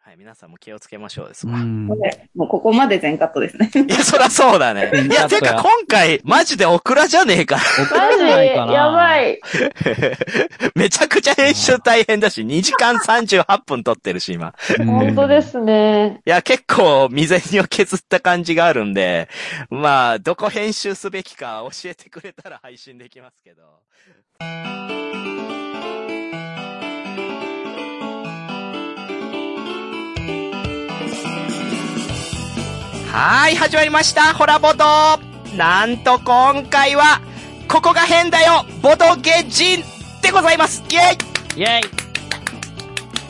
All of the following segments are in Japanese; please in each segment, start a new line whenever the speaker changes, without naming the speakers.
はい、皆さんも気をつけましょうです
う
わ。
ん
こ。れもうここまで全カットですね。
いや、そらそうだね。 いや、てか今回、マジでオクラじゃねえか。
怒るんじゃないかな
やば。い。
めちゃくちゃ編集大変だし、2時間38分撮ってるし、今。
うん
本当で。すね。
いや、結構未然を削った感じがあるんで、まあ、どこ編集すべきか教えてくれたら配信できますけど。はーい、始まりました、ホラボドなんと今回は、ここが変だよボドゲ人でございますイェイ
イェイ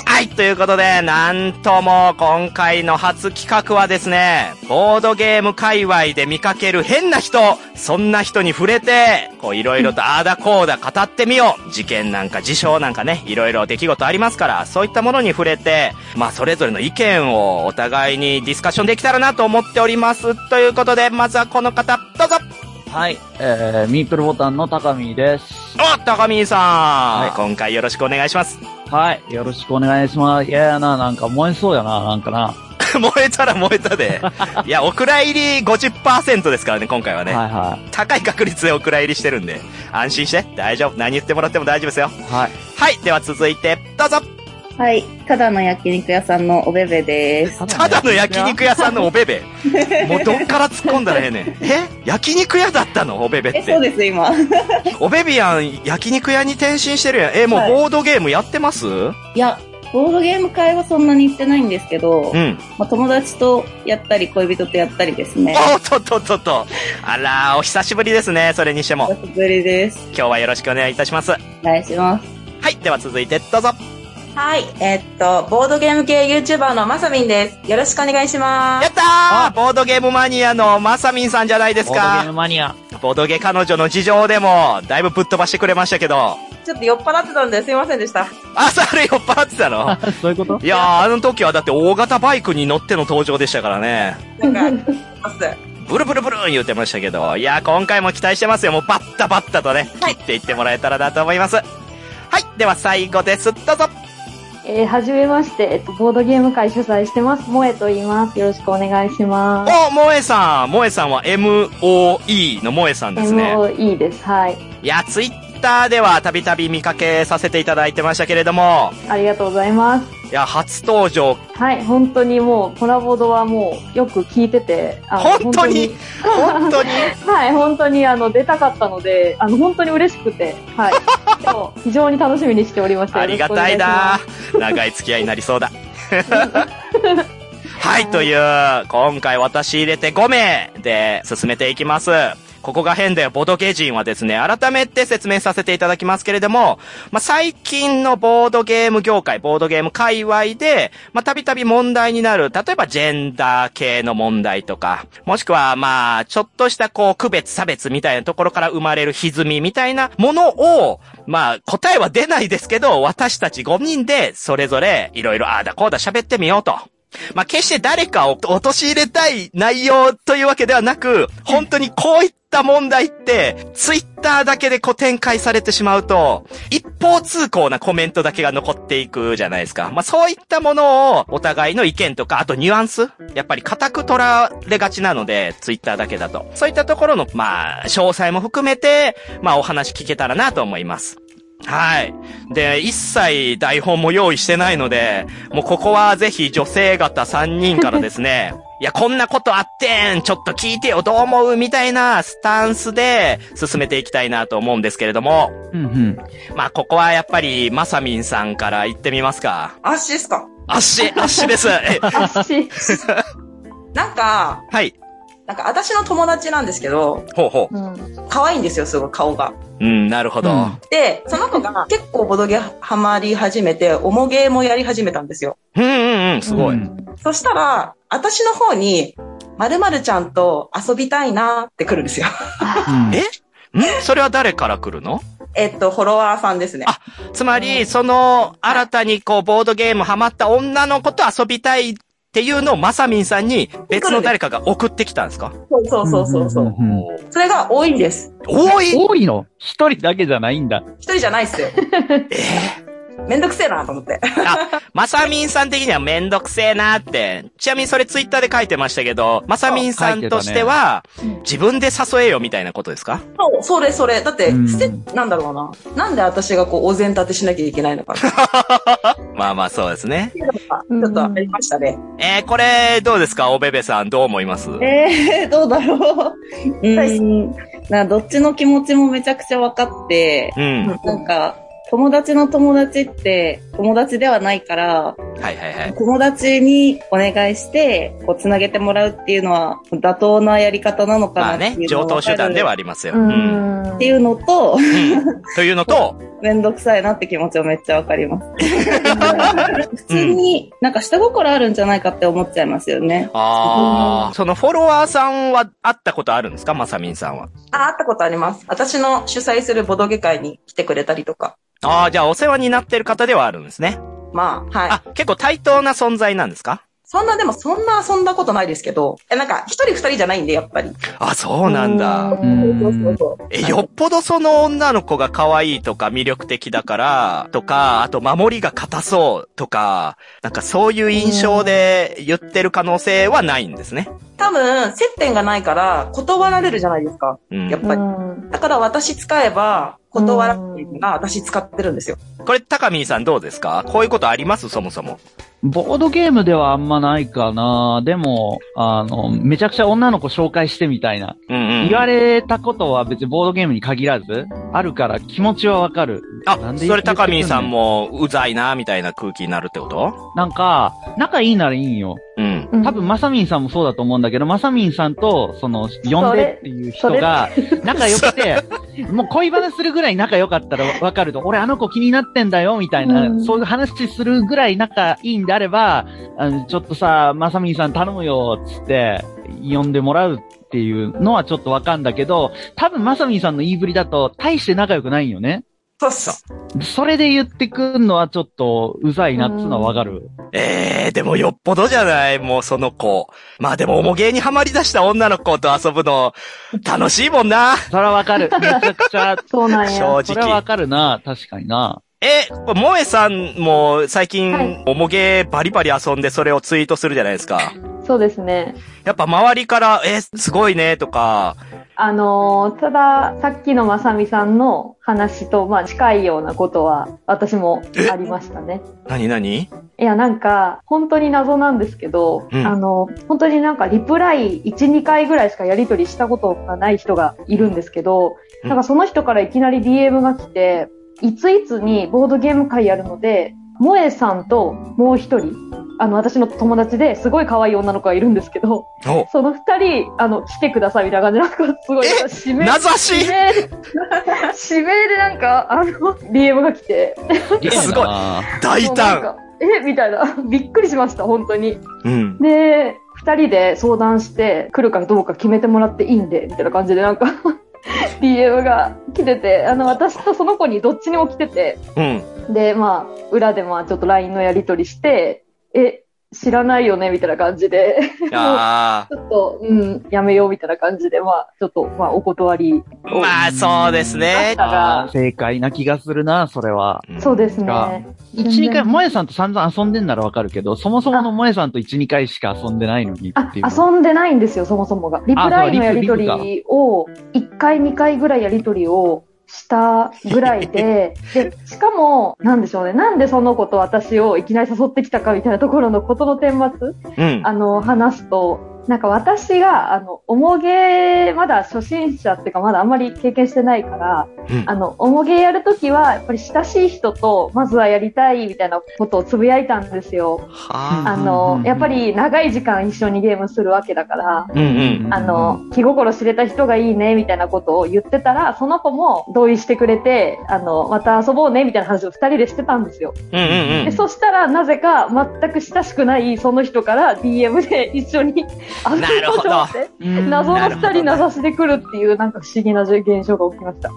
はい、ということで、なんとも今回の初企画はですね、ボードゲーム界隈で見かける変な人、そんな人に触れて、こういろいろとああだこうだ語ってみよう。事件なんか事象なんかね、いろいろ出来事ありますから、そういったものに触れて、まあそれぞれの意見をお互いにディスカッションできたらなと思っております。ということで、まずはこの方、どうぞ
はい、えー、ミープルボタンの高見です。
お高見さん、
はい
今回よろしくお願いします。
はい、よろしくお願いします。いややな、なんか燃えそうやな、なんかな。
燃えたら燃えた で。いや、お蔵入り50%ですからね、今回はね。
はいは
高い確率でお蔵入りしてるんで、安心して、大丈夫。何言ってもらっても大丈夫ですよ。
い。はい。
はい、では続いて、どうぞ
はい。ただの焼肉屋さんのおべべです。
ただの焼肉屋さんのおべべ。もうどっから突っ込んだらええね ん。え焼肉屋だったのおべべ
え、
っ
そう
て。
です、今。
おべべやん、焼肉屋に転身してるやん。え、もう
はい
ボードゲームやってます、
いや、ボードゲーム会はそんなに行ってないんですけど、
うん。
まあ、友達とやったり、恋人とやったりですね。
おっとっとっとっと。あらー、お久しぶりですね。それにして
お
も。
久しぶりです。
今日はよろしくお願いいたします。は
お願いします。
い、では続いて、どうぞ
はい、えっと、ボードゲーム系 YouTuber のまさみんです。よろしくお願いしま
や
す。
ったーボードゲームマニアのまさみんさんじゃないです
ボードゲ
か
ー。ムマニア。
ボドゲ彼女の事情でも、だいぶぶっ飛ばしてくれましたけど、
ちょっと酔っ払ってたんですいませんでした。
朝あれ酔っ払ってた の
そういうこと
いやー、あの時はだって大型バイクに乗っての登場でしたからね。
なん か、ます。
ブルブルブルーン言ってましたけど、いやー、今回も期待してますよ。もうバッタバッタとね、切っていってもらえたらなと思います。はい、では最後です。どうぞ
えー、はじめまして、えっと、ボードゲーム会主催してます。萌えと言います。よろしくお願いします。
お、萌えさん萌えさんは MOE の萌えさんですね。
MOE です。はい。
いやー、ツイッターではたびたび見かけさせていただいてましたけれども、
ありがとうございます。
いや、初登場、
はい、本当にもう、コラボドはもう、よく聞いてて、あの
本当に、本当に、
はい、本当にあの出たかったので、あの本当に嬉しくて、はい、 今日非常に楽しみにしておりました。
ありがたいな長い付き合いになりそうだ。はい、という、今回私入れて5名で進めていきます。ここが変だよ、ボドゲ人はですね、改めて説明させていただきますけれども、まあ、最近のボードゲーム業界、ボードゲーム界隈で、まあ、たびたび問題になる、例えばジェンダー系の問題とか、もしくは、まあ、ちょっとしたこう、区別、差別みたいなところから生まれる歪みみたいなものを、まあ、答えは出ないですけど、私たち5人で、それぞれ、いろいろ、ああだこうだ喋ってみようと。まあ、決して誰かを陥れたい内容というわけではなく、本当にこういった問題って、ツイッターだけでこう展開されてしまうと、一方通行なコメントだけが残っていくじゃないですか。まあ、そういったものを、お互いの意見とか、あとニュアンスやっぱり固く取られがちなので、ツイッターだけだと。そういったところの、まあ、詳細も含めて、まあ、お話聞けたらなと思います。はい。で、一切台本も用意してないので、もうここはぜひ女性方3人からですね、 いや、こんなことあってんちょっと聞いてよどう思うみたいなスタンスで進めていきたいなと思うんですけれども、
うんうん。
まあ、ここはやっぱり、まさみんさんから行ってみますか。
あっしですか
あっし、あっしです。 え、
私、
なんか、
はい。
なんか私の友達なんですけど、
ほうほ
うん、
可愛いんですよ、すごい顔が。
う。うん、なるほど。
うん
で、その子が結構ボドゲハマり始めて、おもげもやり始めたんですよ。
うんうん うん、すごい。
うん
そしたら、私の方に、まるちゃんと遊びたいなって来るんですよ。
えんそれは誰から来るの
えっと、フォロワーさんですね。
あつまり、その、新たにこう、ボードゲームハマった女の子と遊びたいっていうのをまさみんさんに別の誰かが送ってきたんですか
そうそうそうそうそう。
んんん
それが多いんです。
多い
多いの一人だけじゃないんだ。
一人じゃないっすよ。めんどくせえなと思って。
あ、まさみんさん的にはめんどくせえなって。ちなみにそれツイッターで書いてましたけど、まさみんさんとしては、自分で誘えよみたいなことですか
そう、それそれ。だって、
うん
捨て、なんだろうな。なんで私がこう、お膳立てしなきゃいけないのかな。 ち
まあまあそうですね。
ょっとありましたね。
えー、これ、どうですかおべべさん、どう思います
えー、どうだろう。う
はい
ん。などっちの気持ちもめちゃくちゃ分かって、
うん。は
なんか、友達の友達って友達ではないから、
いはいはい。
友達にお願いして、こう、つなげてもらうっていうのは、妥当なやり方なの
まあ
かなって
ね
い、うの
上
は
等
分か
手
る
段ではありますよ。
う
うん。
ん。
っていうのと、
うんというのと、
めんどくさいなって気持ちはめっちゃわかります。 普通に、なんか下心あるんじゃないかって思っちゃいますよね。
ああ、そのフォロワーさんは会ったことあるんですかまさみんさんは。
あ、会ったことあります。私の主催するボドゲ会に来てくれたりとか。
ああ、じゃあお世話になってる方ではあるんですね。
まあ、はい。
あ、結構対等な存在なんですか
そんな、でもそんな遊んだことないですけど、え、なんか、一人二人じゃないんで、やっぱり。
あ、そうなんだ。
う。
そうそうんそう
え、よっぽどその女の子が可愛いとか魅力的だから、とか、あと守りが硬そうとか、なんかそういう印象で言ってる可能性はないんですね。
多分、接点がないから、断られるじゃないですか。
うん
やっ。ぱり。だから私使えば、断られるのが私使ってるんですよ。
これ、高見さんどうですかこういうことありますそもそも。
ボードゲームではあんまないかな。でも、あの、めちゃくちゃ女の子紹介してみたいな。
うんうん。
言われたことは別にボードゲームに限らず、あるから気持ちはわかる。な
あ、
んで言ってくんねん
それ高見さんも、うざいな、みたいな空気になるってこと
なんか、仲いいならいいんよ。
うん。
うん
多分、まさみんさんもそうだと思うんだけど、まさみんさんと、その、呼んでっていう人が、仲良くて、 もう恋バナするぐらい仲良かったらわかると、俺あの子気になってんだよ、みたいな、
うん
そういう話するぐらい仲いいんであれば、あのちょっとさ、まさみんさん頼むよ、つって、呼んでもらうっていうのはちょっとわかんだけど、多分まさみんさんの言いぶりだと、大して仲良くないんよね。
そうそう。
それで言ってくんのはちょっと、うざいなっつうのはわかる。
ええー、でもよっぽどじゃないもうその子。まあでも、おもげにはまり出した女の子と遊ぶの、楽しいもんな。
それはわか る。めちゃくちゃ、
そうなんや。
正
それはわ
直。
かるな、確かにな。
え、萌えさんも最
は
近
い、
おもげバリバリ遊んでそれをツイートするじゃないですか。
そうですね。
やっぱ周りから、え、すごいね、とか、
あのーただ、さっきのまさみさんの話と、まあ、近いようなことは、私もありましたね。
なになに
いや、なんか、本当に謎なんですけど、
うん
あの、本当になんか、リプライ1、2回ぐらいしかやり取りしたことがない人がいるんですけど、
うん
なんかその人からいきなり DM が来て、いついつにボードゲーム会やるので、萌えさんともう一人、あの、私の友達ですごい可愛い女の子がいるんですけど、
お、
その二人、あの、来てくださいみたいな感じで、なんかすごい、
え
指名
名指し
指 名で、指名でなんか、あの、DM が来て、
えすごい
な
大
もうなん
胆
かえみたいな。 びっくりしました、本当に。
うん。
で、二人で相談して、来るかどうか決めてもらっていいんで、みたいな感じで、なんか、DM が来てて、あの、私とその子にどっちに も来てて、
うん。
で、まあ、裏でまあ、ちょっと LINE のやり取りして、え、知らないよね、みたいな感じで、
ああ。
ちょっと、うん、やめよう、みたいな感じで、まあ、ちょっと、まあ、お断り。
まあ、そうですね。
あー正解な気がするな、それは。
うん
そうです
が
ね。
1、2回、萌えさんと散々遊んでんならわかるけど、そもそもの萌えさんと1、2回しか遊んでないのに
あ
っていう。
遊んでないんですよ、そもそもが。リプライのやり取りを、1回、2回ぐらいやり取りをしたぐらいで、で、しかも、なんでしょうね、なんでその子と私をいきなり誘ってきたかみたいなところのことの顛末、
うん。
あの、話すと、なんか私が、あの、おもげ、まだ初心者っていうか、まだあんまり経験してないから、
うん
あの、おもげやるときは、やっぱり親しい人と、まずはやりたいみたいなことをつぶやいたんですよ。
は
あ
あ。
うんうんう
の
ん、
やっぱり長い時間一緒にゲームするわけだから、
うんうん。
あの、気心知れた人がいいね、みたいなことを言ってたら、その子も同意してくれて、あの、また遊ぼうね、みたいな話を二人でしてたんですよ。
うんうんう
で、
ん。
そしたら、なぜか全く親しくないその人から DM で 一緒に遊
なるほ
ぼう
ど
とって、
うん
謎
な
の
るほど
二人名指しで来るっていう、なんか不思議な現象が起きました。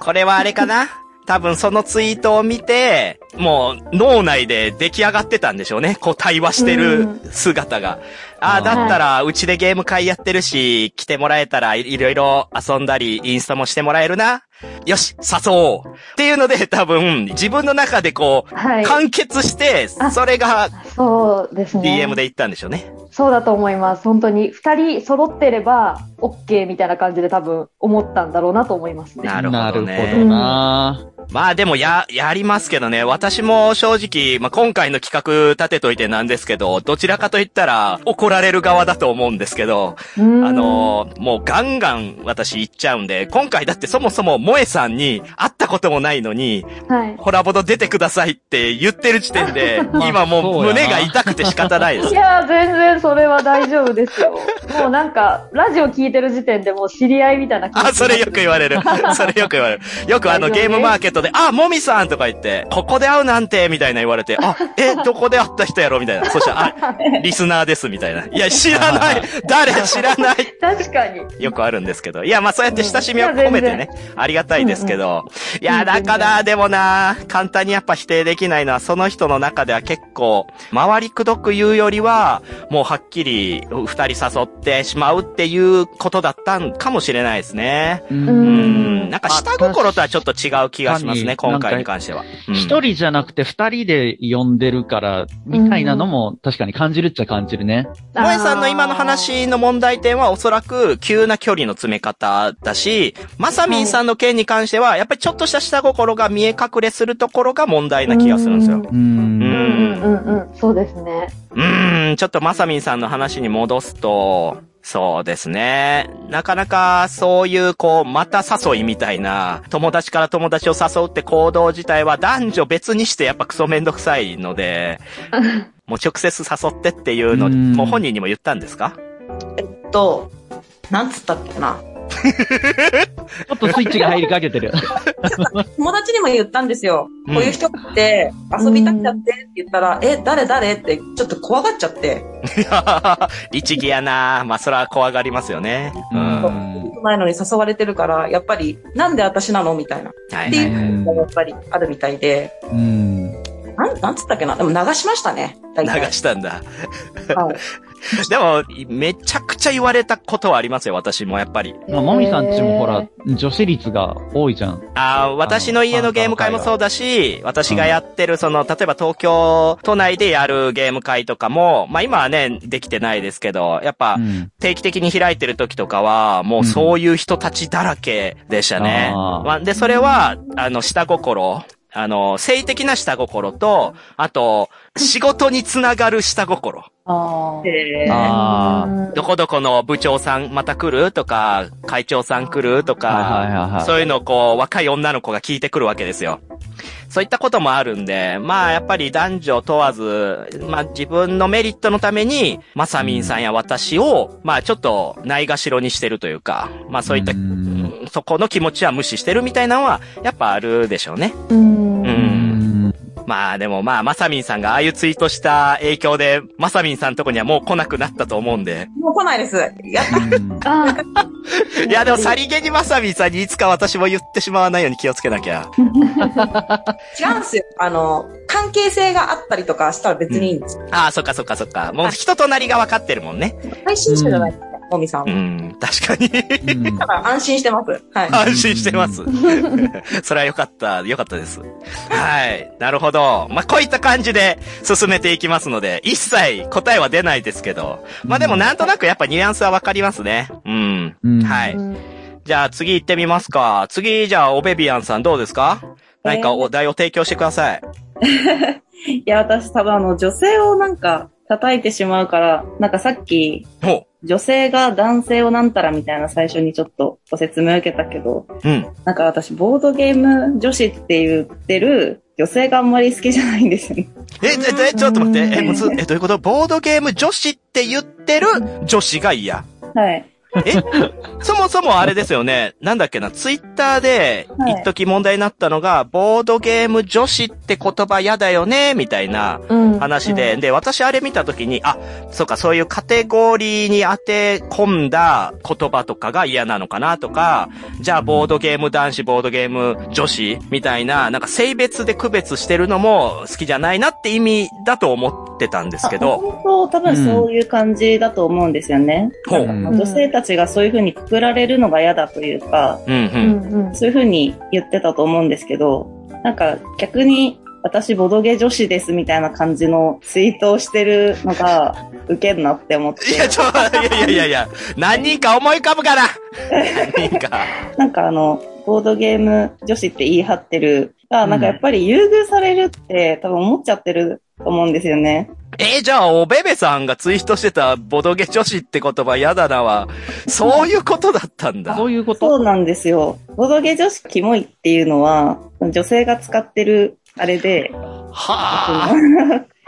これはあれかな多分そのツイートを見て、もう脳内で出来上がってたんでしょうね。こう対話してる姿が。ああ、だったらうちでゲーム会やってるし、来てもらえたらいいろいろ遊んだり、インスタもしてもらえるな。よし、誘おうっていうので多分自分の中でこう、
はい。
完結して、
あ
それが
そうですね。
DM で言ったんでしょうね。
そうだと思います。本当に。二人揃ってれば、OK みたいな感じで多分思ったんだろうなと思いますね。
なるほどね
なるほどな
まあでもや、やりますけどね。私も正直、まあ今回の企画立てといてなんですけど、どちらかと言ったら怒られる側だと思うんですけど、
うーん
あ、のーもうガンガン私行っちゃうんで、今回だってそもそも萌えさんに会ったこともないのに、
はい。
ホラボド出てくださいって言ってる時点で、
まあ
今もう
そうやな
胸が痛くて仕方ないです
い。やー、全然それは大丈夫ですよ。 もうなんか、ラジオ聞いてる時点でもう知り合いみたいな感 じ。
あ、それよく言われ る。それよく言われる。よくあの
大丈夫
ゲームマーケットで、あ、もみさんとか言って、ここで会うなんて、みたいな言われて、あ、 え、どこで会った人やろみたいな。そしたら、 あ、リスナーです、みたいな。いや、知ら ない誰知らない
確かに。
よくあるんですけど。いや、まあそうやって親しみを込めてね、ありがたいですけど。いや、だから、でもな、簡単にやっぱ否定できないのは、その人の中では結構、周りくどく言うよりは、もうはっきり、二人誘ってしまうっていうことだったんかもしれないですね。
う。
うんん。なんか下心とはちょっと違う気がしますね、
確かに
今回に関しては。うん
一人じゃなくて二人で呼んでるから、みたいなのも確かに感じるっちゃ感じるね。
萌えさんの今の話の問題点はおそらく急な距離の詰め方だし、まさみんさんの件に関しては、やっぱりちょっとした下心が見え隠れするところが問題な気がするんですよ。
う。
うん
うんうん
ん。
うんうん。そうですね。
うーん、ちょっとまさみんさんの話に戻すと、そうですね。なかなかそういうこう、また誘いみたいな、友達から友達を誘うって行動自体は男女別にしてやっぱクソめんどくさいので、もう直接誘ってっていうの、
うん
もう本人にも言ったんですか
えっと、なんつったっけな。
ちょっとスイッチが入りかけてる。
友達にも言ったんですよ。
うん
こういう人がって、遊びたくなってって言ったら、え、誰誰って、ちょっと怖がっちゃって、
律儀やなまあ、それは怖がりますよね。うん。
う
は
ん
前のに誘われてるから、やっぱり、なんで私なのみたい
い
な。
は
って
い。
いうのがやっぱりあるみたいで、
うん。
なん、なんつったっけな。でも流しましたね。大
流
体
したんだ。
はい
でも、めちゃくちゃ言われたことはありますよ、私もやっぱり。
まあ、もみさんちもほら、女子率が多いじゃん。
ああ、私の家のゲーム会もそうだし、私がやってる、その、例えば東京都内でやるゲーム会とかも、まあ今はね、できてないですけど、やっぱ
うん
定期的に開いてる時とかは、もうそういう人たちだらけでしたね。
あー
まあ、で、それは、あの、下心。あの、性的な下心と、あと、仕事につながる下心。
あー
で
あ
うん
どこどこの部長さんまた来るとか、会長さん来ると
あ。はいはい
か、
はいはい。
そういうのをこう、若い女の子が聞いてくるわけですよ。そういったこともあるんで、まあやっぱり男女問わず、まあ自分のメリットのために、まさみんさんや私を、まあちょっとないがしろにしてるというか、まあそういった、
うん
うんそこの気持ちは無視してるみたいなのは、やっぱあるでしょうね。
う
う。
ん
うんん。
まあでもまあ、まさみんさんがああいうツイートした影響で、まさみんさんのとこにはもう来なくなったと思うんで。
もう来ないです。やっ
うん
あ
いやでもさりげにまさみんさんにいつか私も言ってしまわないように気をつけなきゃ。
違うんですよ。あの、関係性があったりとかしたら別にいいんですよ。
ああ、そっかそっかそっか。もう人となりが分かってるもんね。
配信者じゃないですか、もみさん
う。ん、確かに。
うん
だから安心してます。はい。
安心して ます。それは良かった、良かったです。はい。なるほど。まあ、こういった感じで進めていきますので、一切答えは出ないですけど。まあ、でもなんとなくやっぱニュアンスはわかりますね。うん。
うん
は
ー
い。
うん
じゃあ次行ってみますか。次、じゃあおベビアンさんどうですか何かお題を提供してください。
いや、私多分あの、女性をなんか叩いてしまうから、なんかさっき、
ほ
女性が男性をなんたらみたいな最初にちょっとご説明受けたけど、
う。うん。
なんか私、ボードゲーム女子って言ってる女性があんまり好きじゃないんですよね。
え、え、え、ちょっと待って。え、むず、え、どういうことボードゲーム女子って言ってる女子が嫌。
はい。
そもそもあれですよね。なんだっけな、ツイッターで
は、い
一時問題になったのが、ボードゲーム女子って言葉嫌だよね、みたいな
うん
話で、で、私あれ見た時に、あ、そうか、そういうカテゴリーに当て込んだ言葉とかが嫌なのかなとか、じゃあボードゲーム男子、ボードゲーム女子みたいな、なんか性別で区別してるのも好きじゃないなって意味だと思ってたんですけど、
本当、多分そういう感じだと思うんですよね。
ほう。う
うんん
女性たちがそういうふうにくくられるのが嫌だというか、
う。
うんんうん
そういうふうに言ってたと思うんですけど、なんか逆に私ボドゲ女子ですみたいな感じのツイートをしてるのがウケんなって思っ
いや、
て、
ちょ、いやいやいやいや、何人か思い浮かぶから何人か。
なんかあの、ボードゲーム女子って言い張ってるが、なんかやっぱり優遇されるって多分思っちゃってると思うんですよね。
えーじゃあ、おべべさんがツイートしてた、ボドゲ女子って言葉嫌だなは、そういうことだったんだ
そ。ういうこと
そうなんですよ。ボドゲ女子キモいっていうのは、女性が使ってるあれで、
はあ。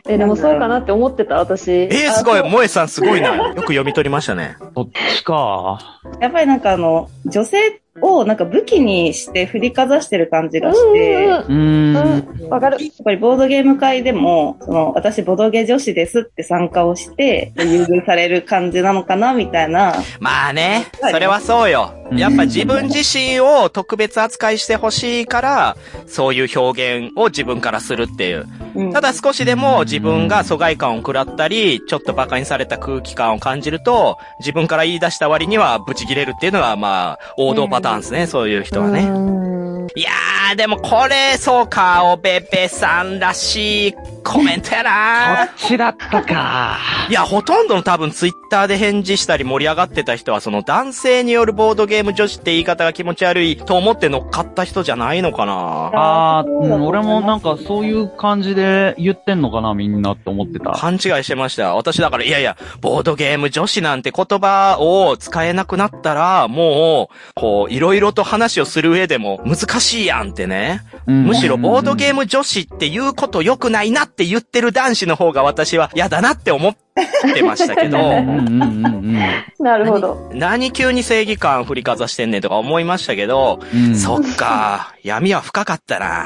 え、でもそうかなって思ってた、私。
えー、すごい。萌えさんすごいな。よく読み取りましたね。
そっちか。
やっぱりなんかあの、女性をなんか武器にして振りかざしてる感じ
うん
がして、やっ
うー
うん
ん。
うん。わかる。
ぱりボードゲーム会でも、その、私ボドゲ女子ですって参加をして、優遇される感じなのかな、みたいな。
まあね、それはそうよ。やっぱ自分自身を特別扱いしてほしいから、そういう表現を自分からするっていう。
うん
ただ少しでも自分が疎外感を食らったり、ちょっと馬鹿にされた空気感を感じると、自分から言い出した割にはブチ切れるっていうのが、まあ、王道パターンですね、そういう人はね。
ね。
いやー、でもこれ、そうか、おべべさんらしいコメントや
そ
な
っちだったか。
いや、ほとんどの多分ツイッターで返事したり盛り上がってた人は、その男性によるボードゲーム女子って言い方が気持ち悪いと思って乗っかった人じゃないのかな
あー、
そう
う
だと思います
ん俺もなんかそういう感じで言ってんのかな、みんなって思ってた。
勘違いしてました。私だから、いやいや、ボードゲーム女子なんて言葉を使えなくなったら、もう、こう、いろいろと話をする上でも難しいやんってね。むしろボードゲー
ム。
ム女子って言うこと良くないなって言ってる男子の方が私は嫌だなって思ってましたけ
うんう
ど、
んうんうん
なるほど。
何急に正義感振りかざしてんねんとか思いましたけど、
うん。
そっか、闇は深かったな。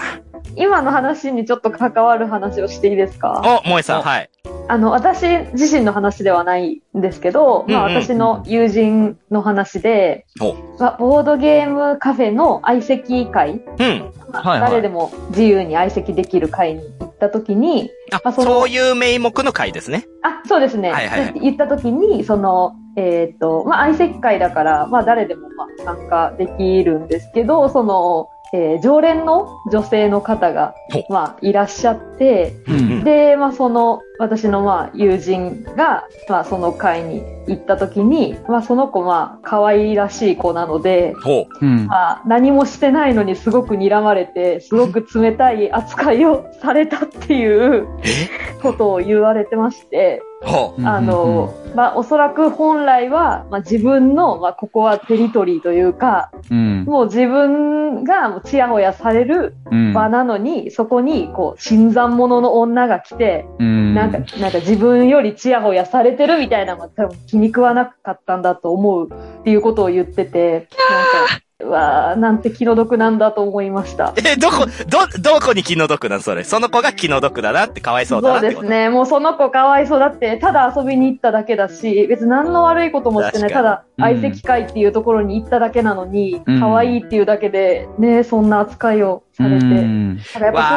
今の話にちょっと関わる話をしていいですか
お、萌えさん、はい。
あの、私自身の話ではないんですけど、まあ
うんうん
私の友人の話で
お、
まあボードゲームカフェの相席会、
うん。
はいはい
誰でも自由に相席できる会に行った時に、
あ、そういう名目の回ですね。
あ、そうですね。
はいはいはい
で言った時に、その、えっ、と、まあ、相席会だから、まあ、誰でも、まあ、参加できるんですけど、その、えー常連の女性の方が
ほ、
まあ、いらっしゃって、
うんうん
で、まあ、その、私の、まあ、友人が、まあ、その会に行った時に、まあ、その子、まあ、可愛らしい子なので、
ほう。
うん。
まあ、何もしてないのにすごく睨まれて、すごく冷たい扱いをされたっていうことを言われてまして、
ほう。
うん
あの、、まあ、おそらく本来は、まあ、自分の、まあ、ここはテリトリーというか、
うん。
もう自分がもうちやほやされる
うん
場なのに、そこに、こう、新参者の女が来て、
うん。
なんか、なんか自分よりちやほやされてるみたいなのが多分気に食わなかったんだと思うっていうことを言ってて、な んか、うわーなんて気の毒なんだと思いました。
え、どこ、ど、どこに気の毒なんそれ。その子が気の毒だなって、かわいそうだな
そ
って
うで
こ
す
と。
ね。もうその子かわいそうだって、ただ遊びに行っただけだし、別に何の悪いこともしてない、
確か
た
に
だ相席会っていうところに行っただけなのに、
うん
可愛いっていうだけで、ね、そんな扱いをされて。だからやっ
わ
ぱ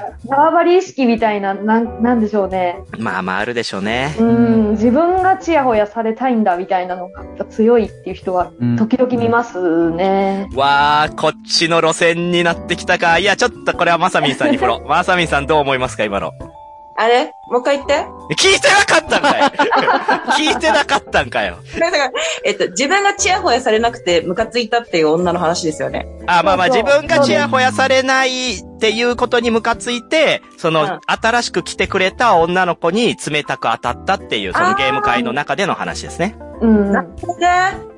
そういう、縄張り意識みたいな、なん、なんでしょうね。
ー。まあまああるでしょうね。
うん、自分がちやほやされたいんだみたいなのが強いっていう人は、時々見ますね。
わー、こっちの路線になってきたか。いや、ちょっとこれはまさみんさんに振ろ う。まさみんさんどう思いますか、今の。
あれもう一回言って。
聞いてなかったんかい聞いてなかったんかよ。
だからえっと、自分がチヤホヤされなくてムカついたっていう女の話ですよね。
あ、まあまあ
そう
自
そう
分がちやほやされないっていうことにムカついて、そうの
ん、
新しく来てくれた女の子に冷たく当たったっていう、そのゲーム会の中での話ですね。
うん。
なるほどね。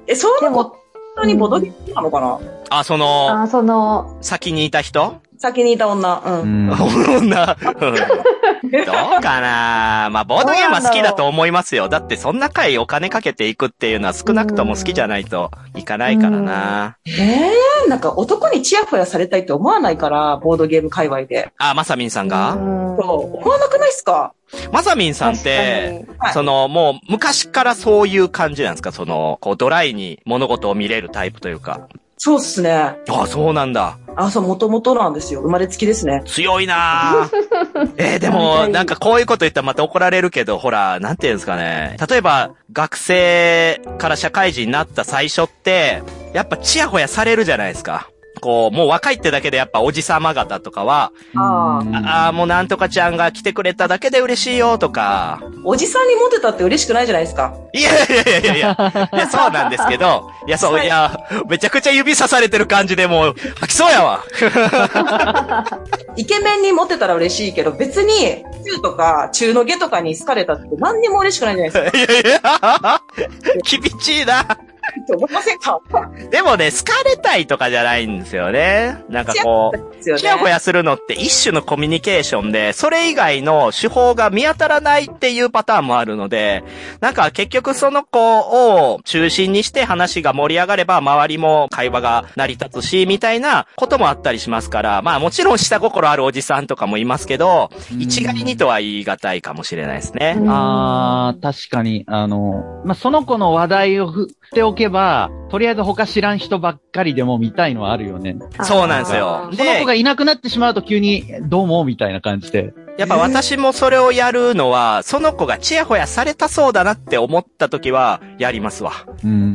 え、そうい
で
うの本
も、
当にボドゲなのかな、
あ、その、
あその、
先にいた人
先にいた女。うん。
女。うんどうかなまあ、ボードゲームは好きだと思いますよ。だって、そんな回お金かけていくっていうのは少なくとも好きじゃないといかないからな
ええなんか男にチヤホヤされたいって思わないから、ボードゲーム界隈で。
あ、まさみんさんが
そう。思わなくないっすか
まさみんさんって、
はい
その、もう、昔からそういう感じなんですかその、こう、ドライに物事を見れるタイプというか。
そうっすね。
ああ、そうなんだ。
あ、そう、もともとなんですよ。生まれつきですね。
強いな ぁえー、でも、なんかこういうこと言ったらまた怒られるけど、ほら、なんていうんですかね。例えば、学生から社会人になった最初って、やっぱチヤホヤされるじゃないですか。こう、もう若いってだけでやっぱおじさま方とかは、
あー
うん
ああ、もうなんとかちゃんが来てくれただけで嬉しいよとか、
おじさんにモテたって嬉しくないじゃないですか。
いやいやいやいやいや、いやそうなんですけど、いや、そう、いや、めちゃくちゃ指さされてる感じでもう、吐きそうやわ。
イケメンにモテたら嬉しいけど、別に、中とか中の下とかに好かれたって何にも嬉しくないじゃないですか。
いやいや、 厳しいな。
って思いませんか
でもね、好かれたいとかじゃないんですよね。なんかこう、
ですよね。
ちやほやするのって一種のコミュニケーションで、それ以外の手法が見当たらないっていうパターンもあるので、なんか結局その子を中心にして話が盛り上がれば、周りも会話が成り立つし、みたいなこともあったりしますから、まあもちろん下心あるおじさんとかもいますけど、一概にとは言い難いかもしれないですね。
ああ、確かに、あの、まあ、その子の話題を振っておけば、とりあえず他知らん人ばっかりでも見たいのはあるよね。
そうなんですよ。
その子がいなくなってしまうと急に、どうも、みたいな感じで。
やっぱ私もそれをやるのは、その子がチヤホヤされたそうだなって思った時は、やりますわ。
うん。
うん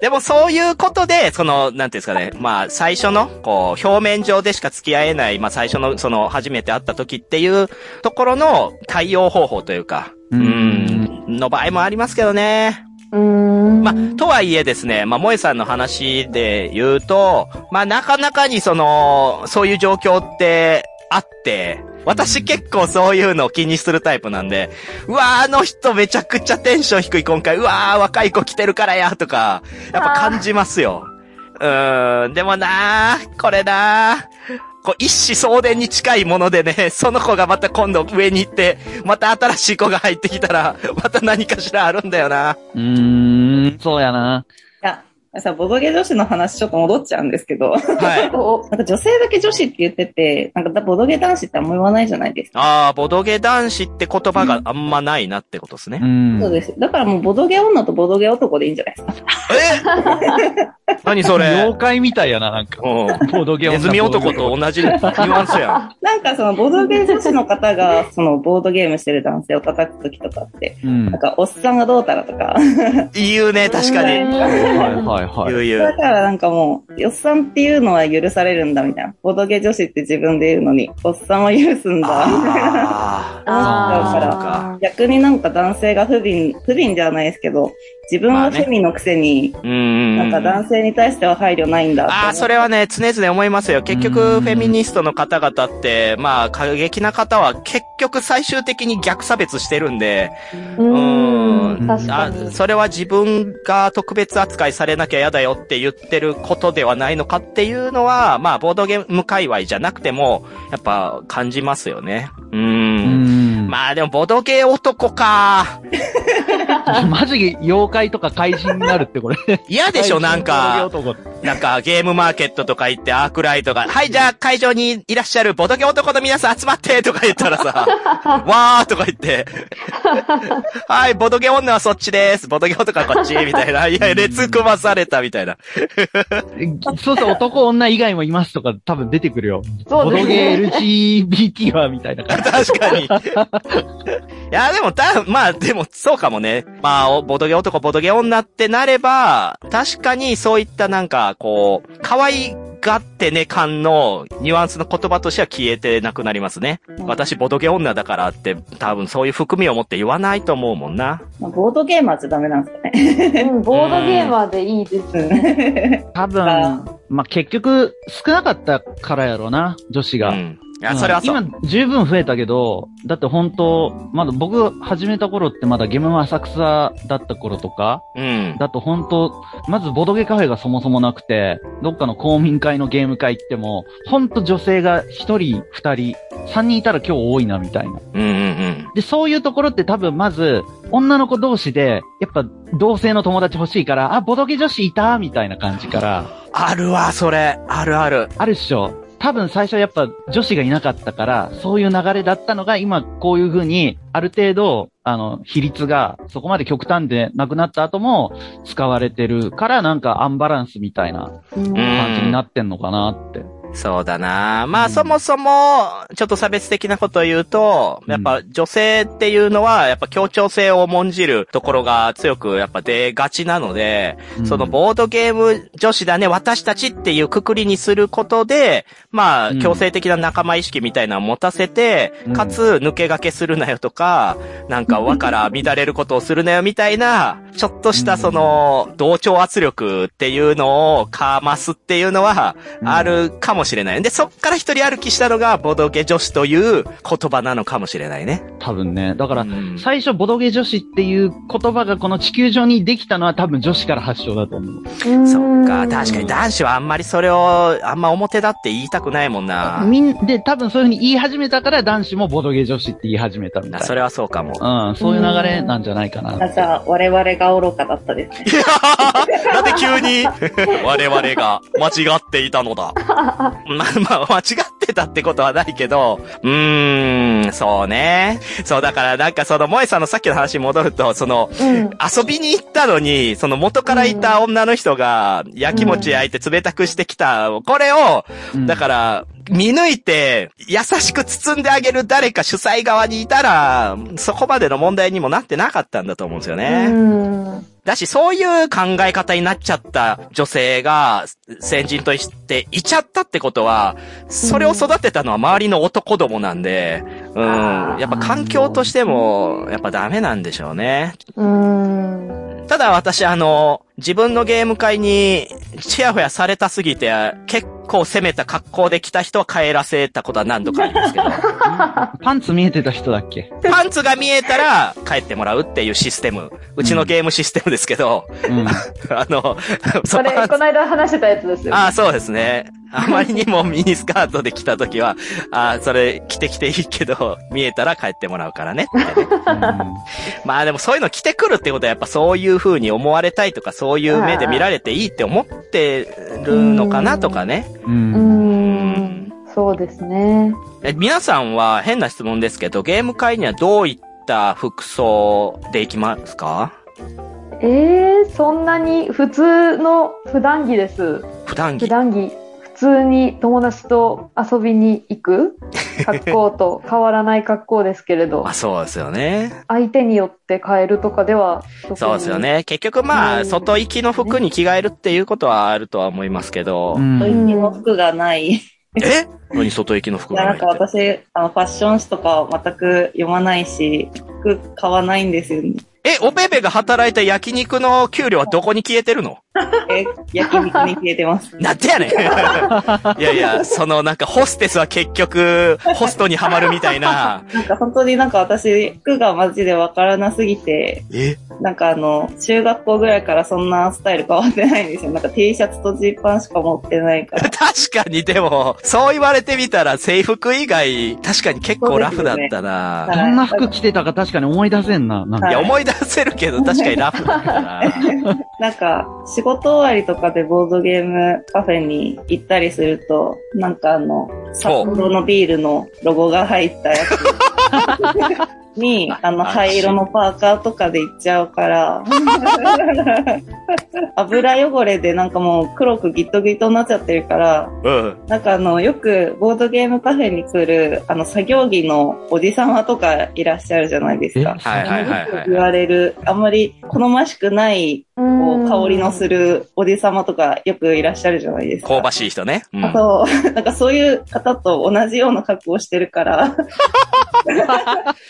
でもそういうことで、その、なんていうんですかね、まあ最初の、こう、表面上でしか付き合えない、まあ最初の、その、初めて会った時っていうところの対応方法というか、
う
うんん、の場合もありますけどね。
うん。
まあ、とはいえですね、まあ、萌えさんの話で言うと、まあ、なかなかにその、そういう状況ってあって、私結構そういうのを気にするタイプなんで、うわーあの人めちゃくちゃテンション低い今回、うわー若い子来てるからや、とか、やっぱ感じますよ。うーん、でもなー、これなー。こう、一子相伝に近いものでね、その子がまた今度上に行って、また新しい子が入ってきたら、また何かしらあるんだよな。
うーん、そうやな。
や、さ、ボドゲ女子の話ちょっと戻っちゃうんですけど、
はい。
お
なんか女性だけ女子って言ってて、なんかボドゲ男子ってあんま言わないじゃないですか。
ああ、ボドゲ男子って言葉があんまないなってことです
う
ね。
ん。
そうです。だからもうボドゲ女とボドゲ男でいいんじゃないですか。
え 何それ
妖怪みたいやな、なんか。
うん。
ボードゲーム
ネズミ男と同じニュアンスやん。
なんかそのボドゲ女子の方が、そのボードゲームしてる男性を叩くときとかって、
うん。
な
は
んかおっさんがどうたらとか、
言うね、確かに。
いはい
に。
はい
言。う言
だ
う。
からなんかもう、おっさんっていうのは許されるんだみたいな。ボドゲ女子って自分で言うのに、おっさんは許すんだ。みたいな
あ
あー
逆になんか男性が不憫、不憫ではないですけど、自分
まあ
は
ね
フェミのくせに、
あ。うんうん。
なんか男性に対しては配慮ないんだって思う
ああ、それはね、常々思いますよ。結
う
局、
ん
フェミニストの方々って、まあ、過激な方は結局最終的に逆差別してるんで、
う
うん
ん。確か
あ
に。
それは自分が特別扱いされなきゃ嫌だよって言ってることではないのかっていうのは、まあ、ボードゲーム界隈じゃなくても、やっぱ感じますよね。う。
うんん。ま、
まあでも、ボードゲー男か。
マジで妖怪とか怪人になるって、これ。
嫌でしょ、 なんか。
ボードゲーム男
なんか、ゲームマーケットとか行って、アークライトが、はい、じゃあ、会場にいらっしゃるボードゲー男の皆さん集まってとか言ったらさ、わーとか言って、はい、ボードゲー女はそっちです。ボードゲー男はこっち、みたいな。いや、列組まされた、みたいな。
えそうそう、男女以外もいますとか多分出てくるよ。
そう
ボ
で
ド
す
ゲ
ね。
LGBT はみたいな感 じ。
確かに。いや、でもた、まあ、でも、そうかもね。まあ、おボドゲ男、ボドゲ女ってなれば、確かにそういったなんか、こう、可愛がってね感のニュアンスの言葉としては消えてなくなりますね。私、ボドゲ女だからって、多分そういう含みを持って言わないと思うもんな。
まあボードゲーマーじゃダメなんですかね。
うんボードゲーマーでいいですね。
多分、まあ、結局少なかったからやろうな、女子
う
が。
ん。いや、それはそう。
今、十分増えたけど、だって本当まだ僕始めた頃ってまだゲームは浅草だった頃とか、
うん。
だと本当まずボドゲカフェがそもそもなくて、どっかの公民会のゲーム会行っても、ほんと女性が一人、二人、三人いたら今日多いなみたいな。
うんうん
で、そういうところって多分まず、女の子同士で、やっぱ同性の友達欲しいから、あ、ボドゲ女子いたみたいな感じから、
うん。あるわ、それ。あるある。
あるっしょ。多分最初やっぱ女子がいなかったから、そういう流れだったのが今こういう風に、ある程度、あの、比率がそこまで極端でなくなった後も使われてるからなんかアンバランスみたいな
うん
うん
感じになってんのかなって。
そうだなまあ、
うん
そもそも、ちょっと差別的なことを言うと、
うん
やっぱ女性っていうのは、やっぱ協調性を重んじるところが強くやっぱ出がちなので、
うん
そのボードゲーム女子だね、私たちっていうくくりにすることで、まあ
う、ん
強制的な仲間意識みたいなのを持たせて、
うん
かつ、抜け駆けするなよとか、なんか輪から乱れることをするなよみたいな、ちょっとしたその、同調圧力っていうのをかますっていうのは、
うん
あるかもしれない。で、そっから一人歩きしたのが、ボドゲ女子という言葉なのかもしれないね。
多分ね。だから、
うん
最初ボドゲ女子っていう言葉がこの地球上にできたのは多分女子から発祥だと思う。
そっか、確かに男子はあんまりそれを、あんま表だって言いたくないもんな。
みん、で、多分そういう風に言い始めたから男子もボドゲ女子って言い始めたみたい
あ
な。
それはそうかも。
うん、そういう流れなんじゃないかなって。
あじゃあ、我々が愚かだったですね。
なんで急に 我々が間違っていたのだ。 まあまあ、間違ってたってことはないけど、うーん、そうね。そう、だからなんかその、萌えさんのさっきの話に戻ると、その、
うん。
遊びに行ったのに、その元からいた女の人が、やきもち焼いて冷たくしてきた、これを、
うん
だから、見抜いて、優しく包んであげる誰か主催側にいたら、そこまでの問題にもなってなかったんだと思うんですよね。
うん。
だし、そういう考え方になっちゃった女性が、先人としていちゃったってことは、それを育てたのは周りの男どもなんで、うん、
あー
やっぱ環境としても、やっぱダメなんでしょうね。
うん。
ただ私、あの、自分のゲーム会に、チヤホヤされたすぎて、結構攻めた格好で来た人は帰らせたことは何度かありますけ ど、
パンツ見えてた人だっけ
パンツが見えたら帰ってもらうっていうシステム。うちのゲームシステムですけど、
うん。
あの、
これ、この間話してたやつですよ。
ああ、そうですね。あまりにもミニスカートで来た時は、ああ、それ着てきていいけど、 見えたら帰ってもらう からねってねまあでもそういうの着てくるってことはやっぱそういう風に思われたいとか、そういう目で見られていいって思ってるのかなとかね。
う。
うんん。そうですね。
え皆さんは変な質問ですけど、ゲーム会にはどういった服装で行きますか
ええー、そんなに普通の普段着です。
普段
普
着。
段着。普通に友達と遊びに行く格好と変わらない格好ですけ れど
あ、、そうですよね。
相手によって変えるとかでは特に
そうですよ。ね。結局まあ、外行きの服に着替えるっていうことはあるとは思いますけど。
うん
最近の服がない。い
え何外行きの服
や、
がな
な
い
ん
って
か。私、あの、ファッション誌とか全く読まないし、服買わないんですよね。
え、おべべが働いた焼肉の給料はどこに消えてるの
え、焼肉に消えてます。
なんてや ねんいやいや、そのなんかホステスは結局、ホストにはまるみたいな。
なんか本当になんか私、服がマジでわからなすぎて、
え
なんかあの、中学校ぐらいからそんなスタイル変わってないんですよ。なんか T シャツとジーパンしか持ってないから。
確かにでも、そう言われてみたら制服以外、確かに結構ラフだったな。
そうですよね
どんな服着てたか確かに思い出せんな。なん
い
か
や、思い出せるけど、確かにラフだった な。
なんか、仕事終わりとかでボードゲームカフェに行ったりすると、なんかあの、札幌のビールのロゴが入った やつに、あの、灰色のパーカーとかで行っちゃうから、 油汚れでなんかもう黒くギットギットになっちゃってるから、
うん。
なんかあの、よくボードゲームカフェに来る、あの、作業着のおじ様とかいらっしゃるじゃないですか。
はいはいはいはい
言。われる、あんまり好ましくないこう香りのす
る。
るおじさまとかよくいらっしゃるじゃないですか。
香ばしい人ね。うん
あと、なんかそう いう方と同じような格好をしてるから、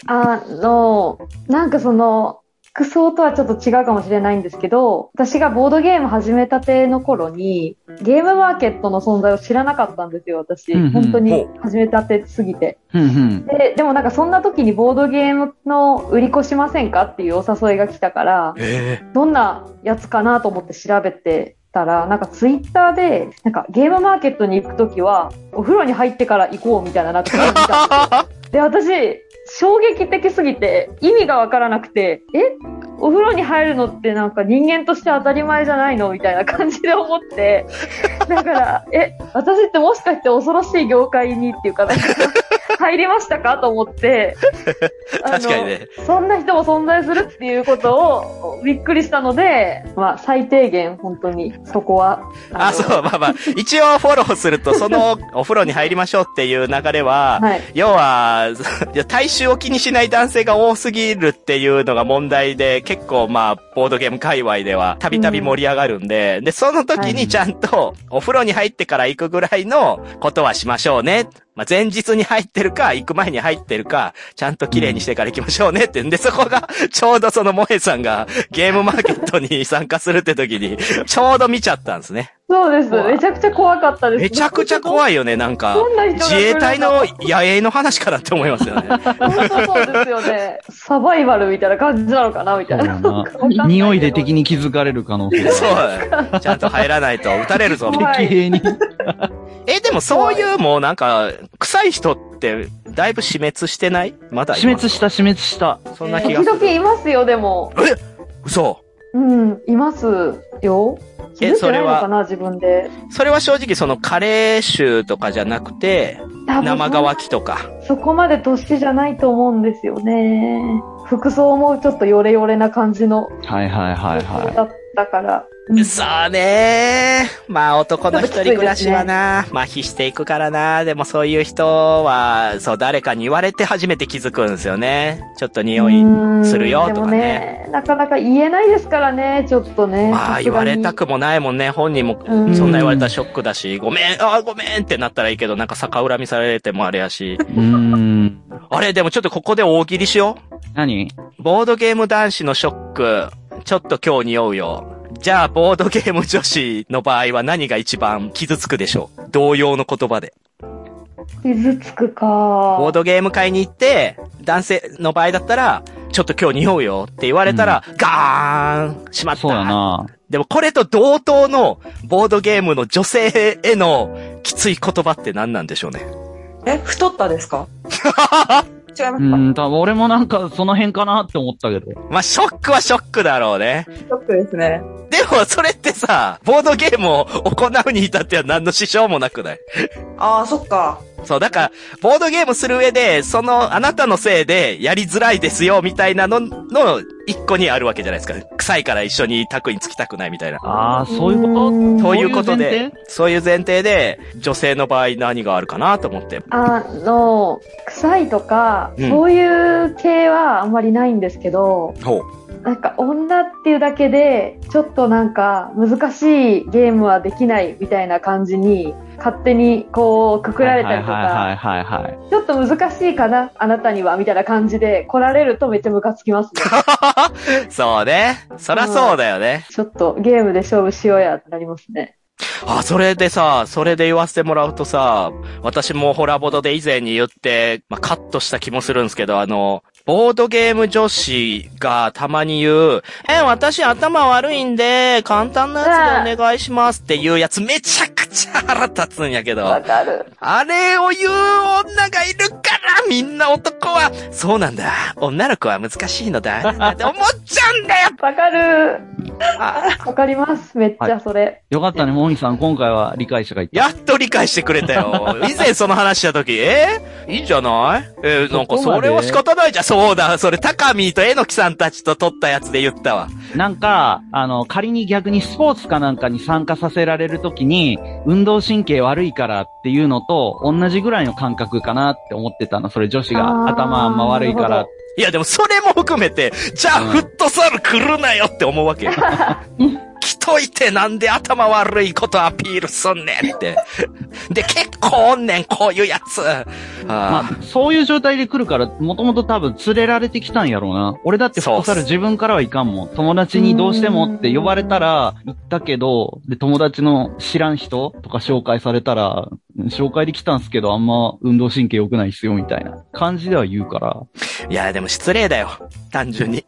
あの、なんかその、服装とはちょっと違うかもしれないんですけど、私がボードゲーム始めたての頃に、ゲームマーケットの存在を知らなかったんですよ、私。
うんうん
本当に始めたてすぎて。
うんうん。
で、でもなんかそんな時にボードゲームの売り子しませんかっていうお誘いが来たから、
え
どんなやつかなと思って調べてたら、なんかツイッターで、なんかゲームマーケットに行くときは、お風呂に入ってから行こうみたいななんか見たんですよで、私、衝撃的すぎて、意味がわからなくて、えお風呂に入るのってなんか人間として当たり前じゃないのみたいな感じで思って、だから、え、私ってもしかして恐ろしい業界にっていうか、なんか入りましたかと思って、あの
確かにね。
そんな人も存在するっていうことをびっくりしたので、まあ最低限本当にそこは。。
あ、そうう、まあまあ、一応フォローすると、そのお風呂に入りましょうっていう流れは、
はい。
要は、いや体臭を気にしない男性が多すぎるっていうのが問題で、結構まあ、ボードゲーム界隈では、たびたび盛り上がるんで、で、その時
はい
にちゃんと、お風呂に入ってから行くぐらいのことはしましょうね。まあ、前日に入ってるか、行く前に入ってるか、ちゃんと綺麗にしてから行きましょうねって。んで、そこが、ちょうどそのモエさんが、ゲームマーケットに参加するって時 に、ちょうど見ちゃったんですね。
そうです。
怖い
めちゃくちゃ怖かったです。
めちゃくちゃ
い。
怖いよね、なんか
ど。んな人が来
自
る
衛
んだ
隊の野営の話かなって思いますよね。
本当そうですよね。サバイバルみたいな感じなのかなみたいな。わかんな
な。匂いで敵に気づかれる可能性。
そうう。ちゃんと入らないと撃たれるぞ。
怖い
敵兵に。
え、でもそういうもうなんか、臭い人って、だいぶ死滅してないまだいます
死滅した、死滅した。
そんな気
時
がする。
々いますよ、でも。
嘘。
うん、いますよ。気づいてないのかな、自分で。
それは正直そのカレー臭とかじゃなくて、
多分
生乾きとか。
そこまで年じゃないと思うんですよね。服装もちょっとヨレヨレな感じの
はいはいはいは
だったから。
そうねまあ男の一人暮らしはな、麻痺していくからな。でもそういう人は、そう誰かに言われて初めて気づくんですよね。ちょっと匂い。するよ
うん
とかね
でもね、なかなか言えないですからね、ちょっとね。
まあ
さす
言わ
がに
れたくもないもんね。本人も
うん
そんな言われたらショックだし、ごめん、あーごめんってなったらいいけど、なんか逆恨みされてもあれや し。
い。うーん。
あれ、でもちょっとここで大喜利しよ
何
う。ボードゲーム男子のショック、ちょっと今日匂うよ。じゃあ、ボードゲーム女子の場合は何が一番傷つくでしょう同様の言葉で。
傷つくか。
ボードゲーム会に行って、男性の場合だったら、ちょっと今日匂うよって言われたら、ガーンしまった。
そうだな。
でもこれと同等のボードゲームの女性へのきつい言葉って何なんでしょうね。
え、太ったですか違いうますか
ーん、多分俺もなんかその辺かなって思ったけど。
まあ、ショックはショックだろうね。
ショックですね。
でもそれってさ、ボードゲームを行うに至っては何の支障もなくない
ああ、そっか。
そう、だから、ボードゲームする上で、その、あなたのせいでやりづらいですよ、みたいなのの一個にあるわけじゃないですか。臭いから一緒に宅につきたくないみたいな。
ああ、そういうこと
ん
ということ
そういう
で
前、
そういう前提で、女性の場合何があるかなと思って。
あの、臭いとか、
うん
そういう系はあんまりないんですけど、
ほう。
なんか女っていうだけで、ちょっとなんか難しいゲームはできないみたいな感じに、勝手にこう、くくられたりと
は
か、
いはいはいはいはい。
ちょっと難しいかな、あなたには、みたいな感じで来られるとめっちゃムカつきますね。
そうね。そらそうだよね。
ちょっとゲームで勝負しようやってなりますね。
あ、それでさ、それで言わせてもらうとさ、私もホラボドで以前に言って、まあ、カットした気もするんですけど、あの、ボードゲーム女子がたまに言う、え、私頭悪いんで、簡単なやつでお願いしますっていうやつめちゃくちゃ腹立つんやけど。
わかる。
あれを言う女がいるから、みんな男は、そうなんだ。女の子は難しいのだ。なんだって思っちゃうんだよ
わかる。
あ
わかります。めっちゃそれ。
よかったね、モミさん。今回は理解者がいた。
やっと理解してくれた よ。以前その話した時、えー、いいんじゃないえー、なんか
そこ
そ
まで
れは仕方ないじゃん。そうだ、それ、高見とえのきさんたちと撮ったやつで言ったわ。
なんか、あの、仮に逆にスポーツかなんかに参加させられるときに、運動神経悪いからっていうのと、同じぐらいの感覚かなって思ってたの。それ女子
あ
が
ー
頭あんま悪いか
な
ら
る。
いや、でもそれも含めて、じゃあ、
うん
フットサル来るなよって思うわけよ。きっといてなんで頭悪いことアピールすんねんって。で、結構おんねん、こういうやつ。あー
まあ、そういう状態で来るから、もともと多分連れられてきたんやろうな。俺だってフットサル
そうっ
自分からはいかんもん。友達にどうしてもって呼ばれたら行ったけど、で、友達の知らん人とか紹介されたら、紹介できたんすけど、あんま運動神経良くないっすよ、みたいな感じでは言うか
いや、でも失礼だよ。単純に。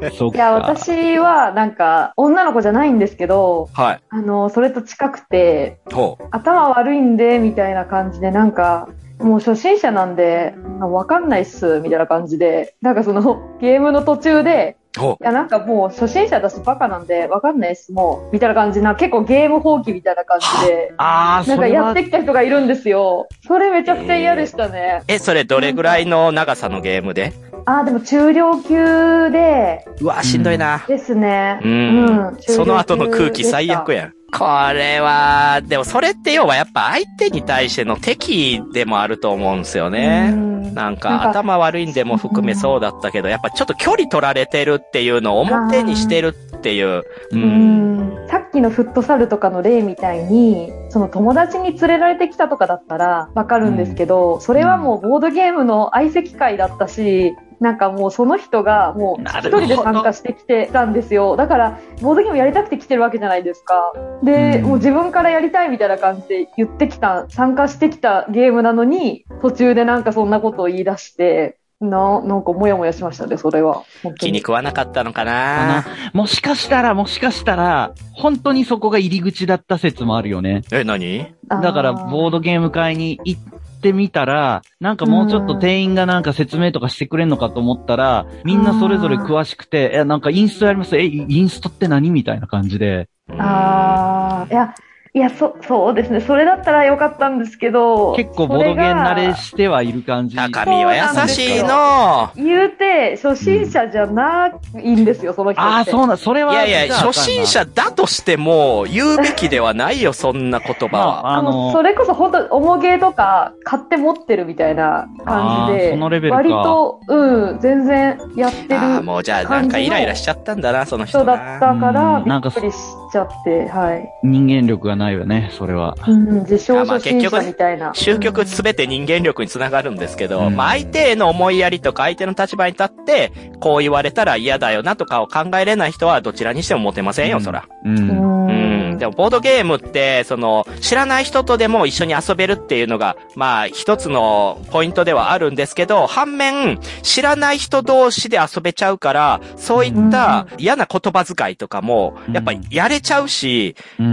ら。そうか。
いや、私はなんか、女の子じゃないんですけど、
は
あの、それと近くて、
い。ほう。
頭悪いんで、みたいな感じで、なんか、もう初心者なんで、あわかんないっす、みたいな感じで、なんかその、ゲームの途中で、
ほ
いや、なんかもう初心者だしバカなんで、わかんないっす、もう、みたいな感じな、結構ゲーム放棄みたいな感じで、
ああ、
な
そ
んか
れ
やっ
は
て、きた人がいるんですよ。それめちゃくちゃ嫌でしたね。
う。え、それどれぐらいの長さのゲームで
あー、でも中量級で、
うわ、しんどいな。
ですね。
うん。
中量級
その後の空気最悪
でし
やん。これは、でもそれって要はやっぱ相手に対しての敵でもあると思うんですよ
た。う
ね。
ん
なん
なん
か
か
頭悪いんでも含めそうだったけど、やっぱちょっと距離取られてるっていうのを表にしてるっていう。う。
うんんさっきのフットサルとかの例みたいに、その友達に連れられてきたとかだったらわかるんですけど、それはもうボードゲームの相席会だったし、なんかもうその人がもう
な
一
るほど
人で参加してきてたんですよ。だから、ボードゲームやりたくて来てるわけじゃないですか。で、
うん
もう自分からやりたいみたいな感じで言ってきた、参加してきたゲームなのに、途中でなんかそんなことを言い出して、な、なんかモヤモヤしましたね、それは。本当
気に食わなかったのかな
もしかしたら、もしかしたら、本当にそこが入り口だった説もあるよね。
え、何
だから、ボードゲーム会に行ってみたら、なんかもうちょっと店員がなんか説明とかしてくれんのかと思ったら、みんなそれぞれ詳しくて、え、なんかインストやりますえ、インストって何みたいな感じで。
ああ、いや、いや、そ、そうですね。それだったらよかったんですけど。
結構ボードゲーム慣れ
そ
してはいる感じ。
中身は優しいの
れが言うて、初心者じゃないんですよ、その人って。
ああ、そうなん、それは。
いやいや、
じゃあ
初心。者だとしても、言うべきではないよ、そんな言葉
ま
は。
あ、あ
もう
の
そ、れこそ本当おもげとか買って持ってるみたいな感じ
あー
で。
そのレベルか
割と、うん、全然やってる
ああ、もうじゃあ、なんかイライラしちゃったんだな、その人
人
な。
だったから、
うんなんか
びっくりしちゃって、はい。
人間力がないよね、それは。
うん、自
あ
称
まあ
初心者みたいな。
終局すべて人間力につながるんですけど、
うん
まあ相手への思いやりとか相手の立場に立って、こう言われたら嫌だよなとかを考えれない人はどちらにしてもモテませんよ、そら。
うん。
う
うん。
ん。
うん。でもボードゲームって、その、知らない人とでも一緒に遊べるっていうのが、まあ一つのポイントではあるんですけど、反面、知らない人同士で遊べちゃうから、そういった嫌な言葉遣いとかも、やっぱりやれちゃうし、
うん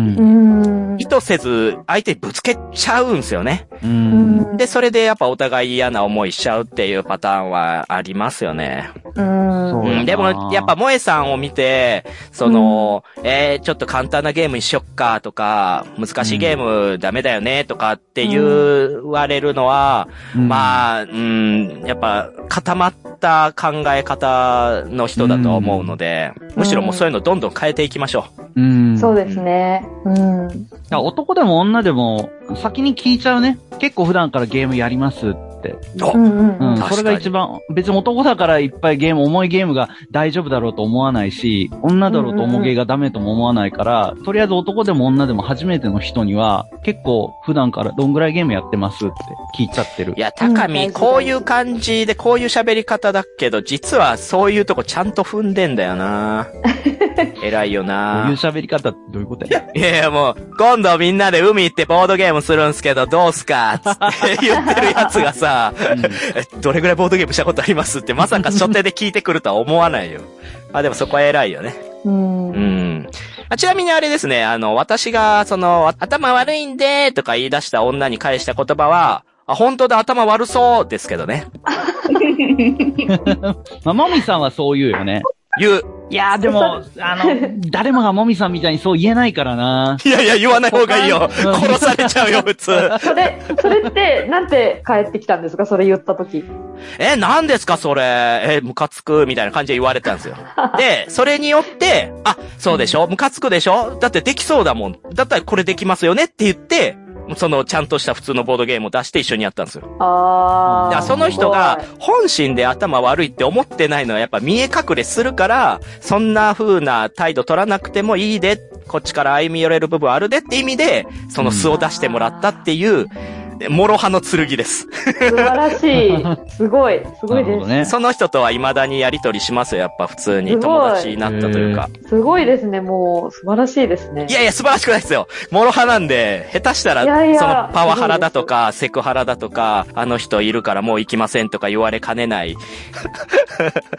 うん。
意図せず相手にぶつけちゃうんですよね。
う。
うんん
で、それでやっぱお互い嫌な思いしちゃうっていうパターンはありますよね。
うん
そう
うん、で
だな
も、やっぱ、萌えさんを見て、その、えー、ちょっと簡単なゲームにしよっかとか、難しいゲームダメだよねとかって言われるのは、
あ、
まあ、うん、やっぱ固まった考え方の人だと思うので、むしろもうそういうのどんどん変えていきましょう。
うん。
そうですね。うん。
いや男でも女でも先に聞いちゃうね。結構普段からゲームやりますって。
お
うんうん
う
うん
確
ん。
かに
それが一番、別に男だからいっぱいゲーム、重いゲームが大丈夫だろうと思わないし、女だろうと重ゲーがダメとも思わないから、とりあえず男でも女でも初めての人には、結構普段からどんぐらいゲームやってますって聞いちゃってる
い。や、高
う
見、
ん
こういう感じで、こういう喋り方だけど、実はそういうとこちゃんと踏んでんだよ な偉いよ
こういう
な
喋り方ってどういうことや
いやいや、もう、今度みんなで海行ってボードゲームするんすけど、どうすかつって言ってるやつがさ、えどれぐらいボードゲームしたことありますって、まさか初手で聞いてくるとは思わないよ。あ、でもそこは偉いよね。
うん
う。ん。あちなみにあれですね、あの、私が、その、頭悪いんで、とか言い出した女に返した言葉は、あ、本当だ、頭悪そう、ですけどね。
まあ、もみさんはそう言うよね。
言う。
いやーで も、あの、誰もがもみさんみたいにそう言えないからな。
いやいや、言わない方がいいよ。
うん
殺されちゃうよ、普通。
それ、それって、なんて帰ってきたんですかそれ言ったとき。
え、何ですか、それ。え、ムカつく、みたいな感じで言われたんですよ。で、それによって、あ、そうでしょムカつくでしょだってできそうだもん。だったらこれできますよねって言って、その、ちゃんとした普通のボードゲームを出して一緒にやったんですよ。
あ
だか
ー
らその人が本心で頭悪いって思ってないのはやっぱ見え隠れするから、そんな風な態度取らなくてもいいで、こっちから歩み寄れる部分あるでって意味で、その素を出してもらったっていう、諸刃の剣です。
すごい素晴らしい。すごい。すごい
なるほ
で
ど
す。
ね。
その人とは未だにやりとりしますよ、やっぱ普通に
すごい
友達になったというか。
すごいですね。もう、素晴らしいですね。
いやいや、素晴らしくないですよ。諸刃なんで、下手したら、
いやいや
そのパワハラだとか、セクハラだとか、あの人いるからもう行きませんとか言われかねない、
い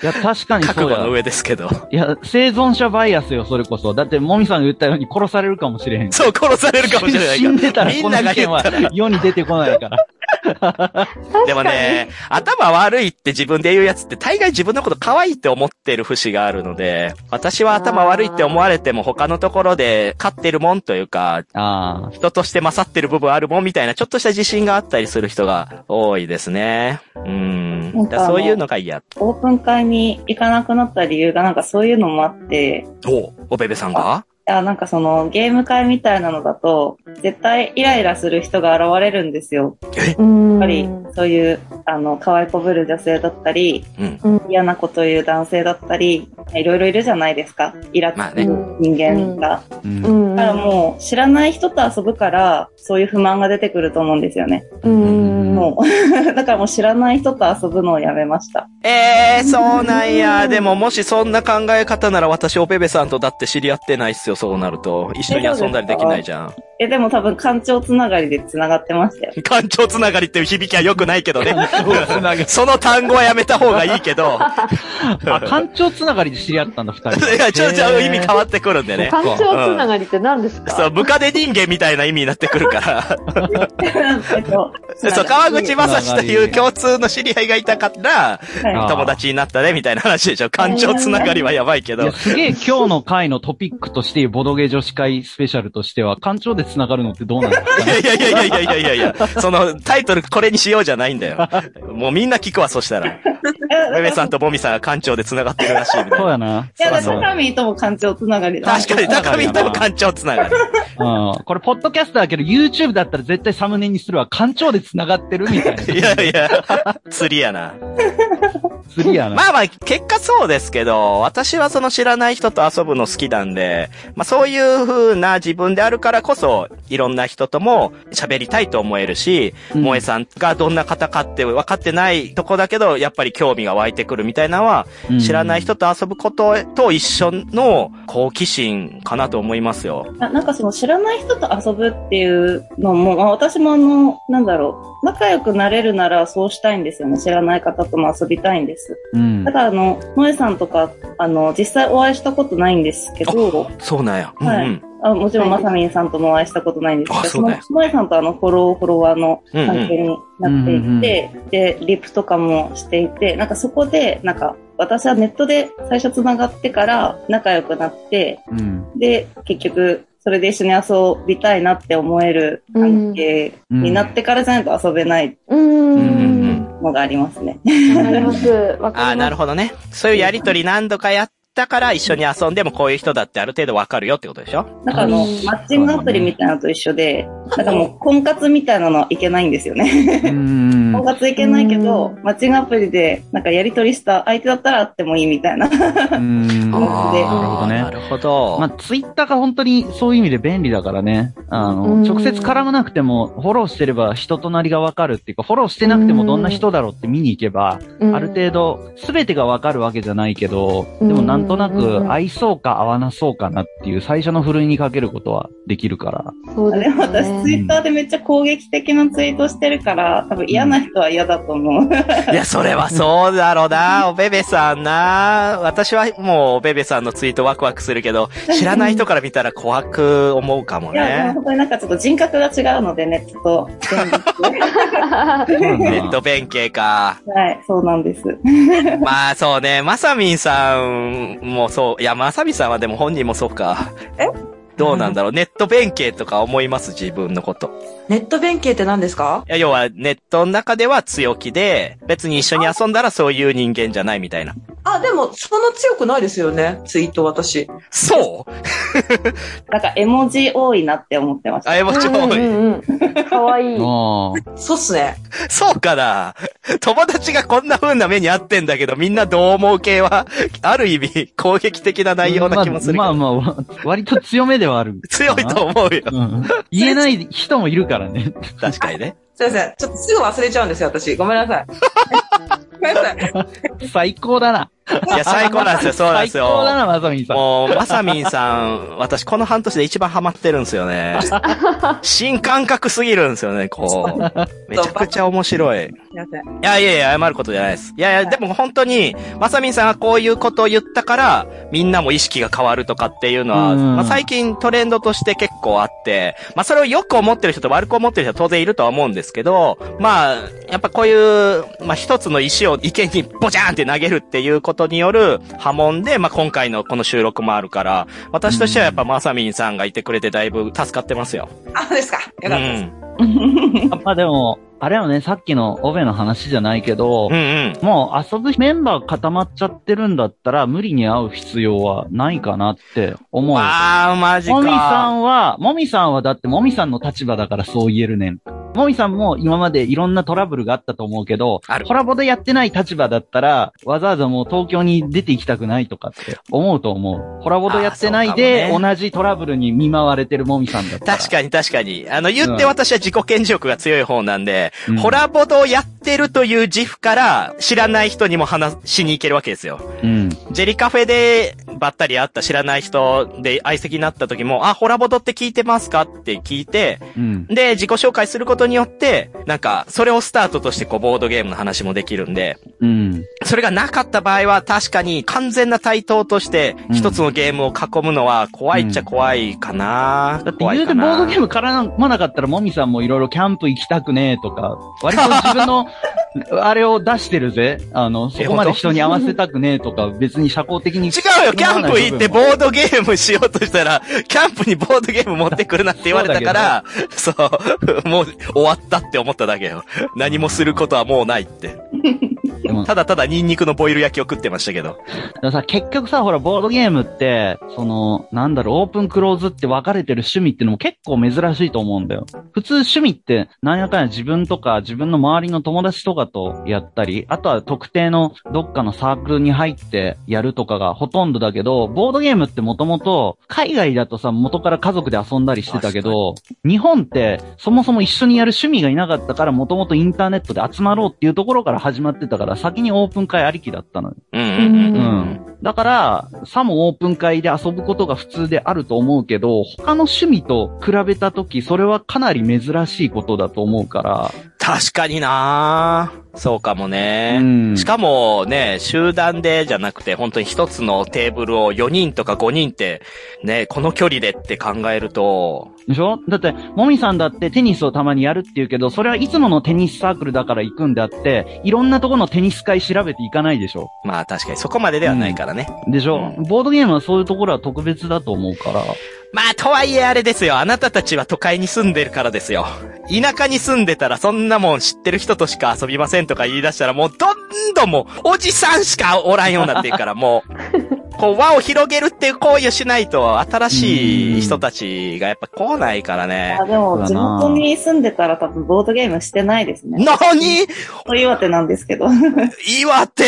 や、確かに
覚
そ
悟
う
の
や。
上ですけど。
いや、生存者バイアスよ、それこそ。だって、もみさんが言ったように殺されるかもしれ へん。
そう、殺されるかもしれない
死
から。
んでたら、
み
こ
ん
の
なが
事
言
件
っ
は
たら。
世に出てこないから。
確
でも
かに。
ね、頭悪いって自分で言うやつって大概自分のこと可愛いって思ってる節があるので、私は頭悪いって思われても他のところで勝ってるもんというか、
あ
人として勝ってる部分あるもんみたいなちょっとした自信があったりする人が多いですね。うん。
なん
だ
か
からそうい
あ
う
の
のが嫌。
オープン会に行かなくなった理由がなんかそういうのもあって、
お、おべべさんが
あなんかそのゲーム会みたいなのだと、絶対イライラする人が現れるんですよ。
うん。
やっぱりそういう、あの、可愛いこぶる女性だったり、
うん。
うん。
嫌なこと言う男性だったり、いろいろいるじゃないですか。イラつ
まあ
く
ね
人間が。
あ。うん
う。ん。
だからもう知らない人と遊ぶから、そういう不満が出てくると思うんですよね。
うん。うん。
もう。 だからもう知らない人と遊ぶのをやめました。
ええー、そうなんや。でももしそんな考え方なら私おべべさんとだって知り合ってないっすよ、そうなると。一緒に遊んだりできないじゃん。
え、でも多分官庁つながりで繋がってましたよ。
官庁つながりっていう響きは良くないけどね。
つながり。
その単語はやめた方がいいけど。
あ、官庁つながりで知り合ったんだ、二人。
いや、ちょ、ちょ、意味変わってくるんでね。
感情つながりって何です
そう、
か
ムカデ人間みたいな意味になってくるから。
えっと、
そう、川 口正史という共通の知り合いがいたから、
あー
友達になったね、みたいな話でしょ。官庁つながりはやばいけ
い
ど
や、。すげえ今日の回のトピックとして、ボドゲ女子会スペシャルとしては、官庁で繋がるのってどうなんですか
い
ね
やいやいやいやいやいやいや、そのタイトルこれにしようじゃないんだよ。もうみんな聞くわ、そしたら。めめさんともみさんが官庁で繋がってるらしいみたい
そう
な。
やな。
いや、だ
そ
か
う
ら高見とも官庁つながりだ。
確かに、高見とも官庁つながり。
うん。これ、ポッドキャストだけど、YouTube だったら絶対サムネにするわ。官庁で繋がってるみたいな。
いやいや、釣りやな。
釣りやな。
まあまあ、結果そうですけど、私はその知らない人と遊ぶの好きなんで、まあそういう風な自分であるからこそ、いろんな人とも喋りたいと思えるし、
うん
萌えさんがどんな方かって分かってないとこだけど、やっぱり興味が湧いてくるみたいなのは、
うん
知らない人と遊ぶことと一緒の好奇心かなと思いますよ。
ななんかその知らない人と遊ぶっていうのも、まあ、私もあの、なんだろう、仲良くなれるならそうしたいんですよね。知らない方とも遊びたいんです。
うん
た。だあの、萌えさんとか、あの、実際お会いしたことないんですけど、
そうなんや。うん
はい
うん。
あもちろん
は
ま
い。
さみんさんともお会いしたことないんです
あ
け
そ
ど、
う
も
だよ
萌えさんとあの、フォロー、フォロワーの
うんう
関
ん。
係になっていて、で、リプとかもしていて、なんかそこで、なんか、私はネットで最初繋がってから仲良くなって、
うん。
で、結局、それで一緒に遊びたいなって思える関係
うん
になってからじゃないと遊べない
う
う
ん
のがありますね。
わかります。わ
あ
か
あ、
りま
な
す
る。ほどね。そういうやりとり何度かやったから一緒に遊んでもこういう人だってある程度分かるよってことでしょ
なんかあの
う、ん
マッチングアプリみたいなのと一緒で、なんかもう婚活みたいなのはいけないんですよね。
うん
婚活いけないけど
う、
マッチングアプリでなんかやりとりした相手だったら会ってもいいみたいな。
うん
あー
なるほどね
なるほど。
まあ、ツイッターが本当にそういう意味で便利だからね。あ
うん
の、直接絡まなくても、フォローしてれば人となりがわかるっていうか、フォローしてなくてもどんな人だろうって見に行けば、ある程度、すべてがわかるわけじゃないけど、でもなんとな
うん
く、合いそうか合わなそうかなっていう、最初のふるいにかけることはでき るから。
度。そうで
ですも
よ
私ツ
ね。
イッターでめっちゃ攻撃的なツイートしてるから、多分嫌な人は嫌だと思う。
いや、それはそうだろうな。おべべさんな。私はもうおべべさんのツイートワクワクするけど、知らない人から見たら怖く思うかも
いや、でも
ね。
本当になんかちょっと人格が違うのでね、ちょっと。
ネット弁慶か。
はい、そうなんです。
まあそうね、まさみんさんもそう。いや、まさみんさんはでも本人もそうか。
え
どうなんだろう。ネット弁慶とか思います、自分のこと。
ネット弁慶って何ですか
いや、要はネットの中では強気で、別に一緒に遊んだらそういう人間じゃないみたいな。
あ、でも、そんな強くないですよね。ツイート私。
そう
なんか絵文字多いなって思ってました。
あ、絵文字多い。
い。か わいい。
も
そうっすね。
そうかな友達がこんな風な目に遭ってんだけど、みんなどう思う系は、ある意味、攻撃的な
う。
内容な気もするけど。
まあまあまあ、わ割と強めではある。
強いと思うよ。
うん。言えない人もいるか らね。
確かにね。
すいません。ちょっとすぐ忘れちゃうんですよ、私。ごめんなさい。ごめんなさい。
最高だな。
いや、最高なんですよ、そうなんで
最
す
高だ
よ。
な、まさみんさん。
もう、まさみんさん、私この半年で一番ハマってるんですよ ね。新感覚すぎるんですよね、こう。めちゃくちゃ面白い。
すいません。
いやいやいや、謝ることじゃないです。いやいや、でも本当に、まさみんさんがこういうことを言ったから、みんなも意識が変わるとかっていうのは、
うん
まあ、最近トレンドとして結構あって、まあそれをよく思ってる人と悪く思ってる人は当然いるとは思うんですけど、まあ、やっぱこういう、まあ一つの石を池にボジャーンって投げるっていうことによる波紋で、まあ今回のこの収録もあるから、私としてはやっぱまさみんさんがいてくれてだいぶ助かってますよ。
あ、そうですか。よか
う
ったです。
ん。
まあでも、あれよね、さっきのオベの話じゃないけど
うんう、ん。
もう遊ぶメンバー固まっちゃってるんだったら、無理に会う必要はないかなって思う。
あー、マジか。
もみさんは、もみさんはだってもみさんの立場だからそう言えるねん。もみさんも今までいろんなトラブルがあったと思うけど
ある、
コラボでやってない立場だったら、わざわざもう東京に出て行きたくないとかって思うと思う。コラボでやってない
あ
で、
ーそうかも
同じトラブルに見舞われてるもみさんだったら。
確かに確かに。あの、言って私は自己顕示欲が強い方なんで、
うん
ホラボドをやってるという自負から、知らない人にも話しに行けるわけですよ。
うん。
ジェリカフェでばったり会った知らない人で相席になった時も、あ、ホラボドって聞いてますかって聞いて、
うん。
で、自己紹介することによって、なんか、それをスタートとしてこう、ボードゲームの話もできるんで、
うん。
それがなかった場合は確かに完全な対等として、
うん
一つのゲームを囲むのは怖いっちゃ怖いかな、
だって
怖
言
いう
て
か
ボ
な
ードゲームからまなかったらもみさんもいろいろキャンプ行きたくねえとか、割と自 分の、あれを出してるぜ。あの、そこまで人に合わせたくねえとか、別に社交的に。
違うよ、キャンプ行ってボードゲームしようとしたら、キャンプにボードゲーム持ってくるなって言われたから、そうもう 終わったって思っただけよ。何もすることはもうないって。
でも
ただただニンニクのボイル焼きを食ってましたけど。
だからさ、結局さ、ほら、ボードゲームって、その、なんだろう、オープンクローズって分かれてる趣味ってのも結構珍しいと思うんだよ。普通趣味って、なんやかんや自分とか、自分の周りの友達とかとやったり、あとは特定のどっかのサークルに入ってやるとかがほとんどだけど、ボードゲームってもともと、海外だとさ、元から家族で遊んだりしてたけど、日本って、そもそも一緒にやる趣味がいなかったから、もともとインターネットで集まろうっていうところから始まってたから、先にオープン会ありきだったのよ
うんう
うん
うん。
ん。
うん。だから、さもオープン会で遊ぶことが普通であると思うけど、他の趣味と比べたとき、それはかなり珍しいことだと思うか
確かになそうかも
ら。
ね。
ん
しかもね、集団でじゃなくて、本当に一つのテーブルを4人とか5人って、ね、この距離でって考えると、
でしょだって、もみさんだってテニスをたまにやるって言うけど、それはいつものテニスサークルだから行くんであって、いろんなとこのテニス会調べていかないでしょ
まあ確かにそこまでではないからね。
でしょ、
う
ボードゲームはそういうところは特別だと思うから。
まあ、とはいえあれですよ。あなたたちは都会に住んでるからですよ。田舎に住んでたらそんなもん知ってる人としか遊びませんとか言い出したらもうどんどんもうおじさんしかおらんようになっていくからもう、こう輪を広げるっていう行為をしないと新しい人たちがやっぱ来ないからね
あ。でも、
そ
地
うだな
元に住んでたら多分ボードゲームしてないですね。
なに
と岩手なんですけ ど。
岩手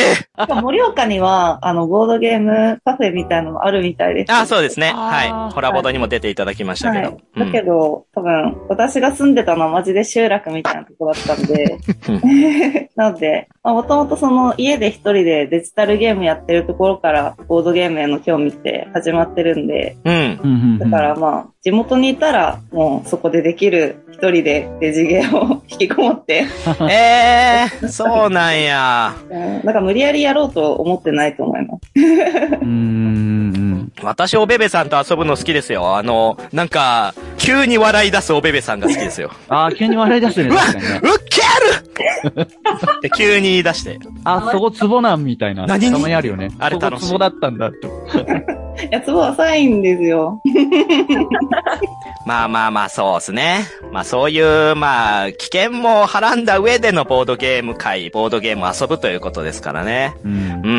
盛岡には、あの、ボードゲームカフェみたいなのもあるみたいです。
あ、そうですね。
あー
はい。コラボドにも出ていただきましたけ
は
ど。
い。だけど、多分、私が住んでたのはマジで集落みたいなとこだったんで。 なので、もともとその家で一人でデジタルゲームやってるところから、ボードゲームへの興味って始まってるんで、
うん。うん。
うんうんうん
だからまあ、地元にいたら、もうそこでできる一人でデジゲーを 引きこもって、
ええー、そうなんや。
うんなんか無理やりやろうと思ってないと思います。
うーん。
私、おべべさんと遊ぶの好きですよ。あの、なんか、急に笑い出すおべべさんが好きですよ。
ああ、急に笑い出すね、
うわ
確かにね。
ウケ るって急に言い出して。
あ、そこツボなんみたいな。
何に
たまにあるよね。
あれ楽しい
そこツボだったんだって。
いや、ツボ浅いんですよ。
まあまあまあ、そうですね。まあそういう、まあ、危険もはらんだ上でのボードゲーム会、ボードゲームを遊ぶということですからね。
うん
うー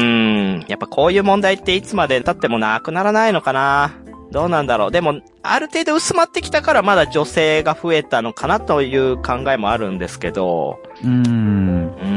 ん。やっぱこういう問題っていつまで経ってもなくならないのかな。どうなんだろう。でも、ある程度薄まってきたからまだ女性が増えたのかなという考えもあるんですけど。
うん
う。ー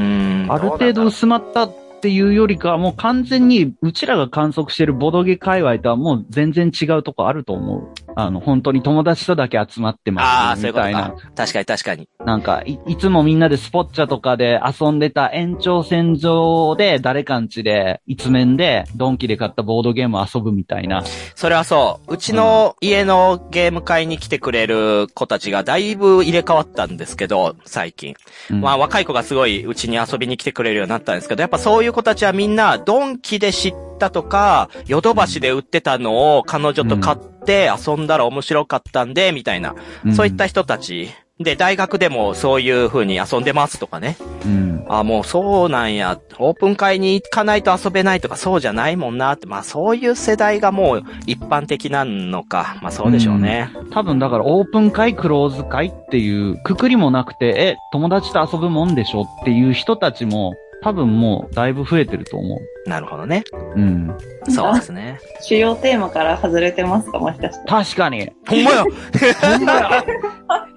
ん。
ある
どう
程度
なんだろう
薄まったっていうよりかは、もう完全に、うちらが観測してるボドゲ界隈とはもう全然違うとこあると思う。あの、本当に友達とだけ集まって
ああ、
ま
そう
す
い
み
うこと
たいな。
か。確かに確かに。
なんかい、いつもみんなでスポッチャとかで遊んでた延長線上で、誰かんちで、一面で、ドンキで買ったボードゲームを遊ぶみたいな。
それはそう。うちの家のゲーム会に来てくれる子たちがだいぶ入れ替わったんですけど、最近。
うん
まあ若い子がすごいうちに遊びに来てくれるようになったんですけど、やっぱそういう子たちはみんなドンキで知ったとか、ヨドバシで売ってたのを彼女と買って遊んだら面白かったんで、みたいな。そういった、人たち。で、大学でもそういう風に遊んでますとかね。
うん
あ、もうそうなんや。オープン会に行かないと遊べないとかそうじゃないもんなって。まあそういう世代がもう一般的なのか。まあそうでしょうね。
多分だからオープン会、クローズ会っていうくくりもなくて、え、友達と遊ぶもんでしょっていう人たちも、多分もうだいぶ増えてると思
なるほどね。
う。うん。
そうですね。
主要テーマから外れてますかもしかして。
確かに。
ほんまや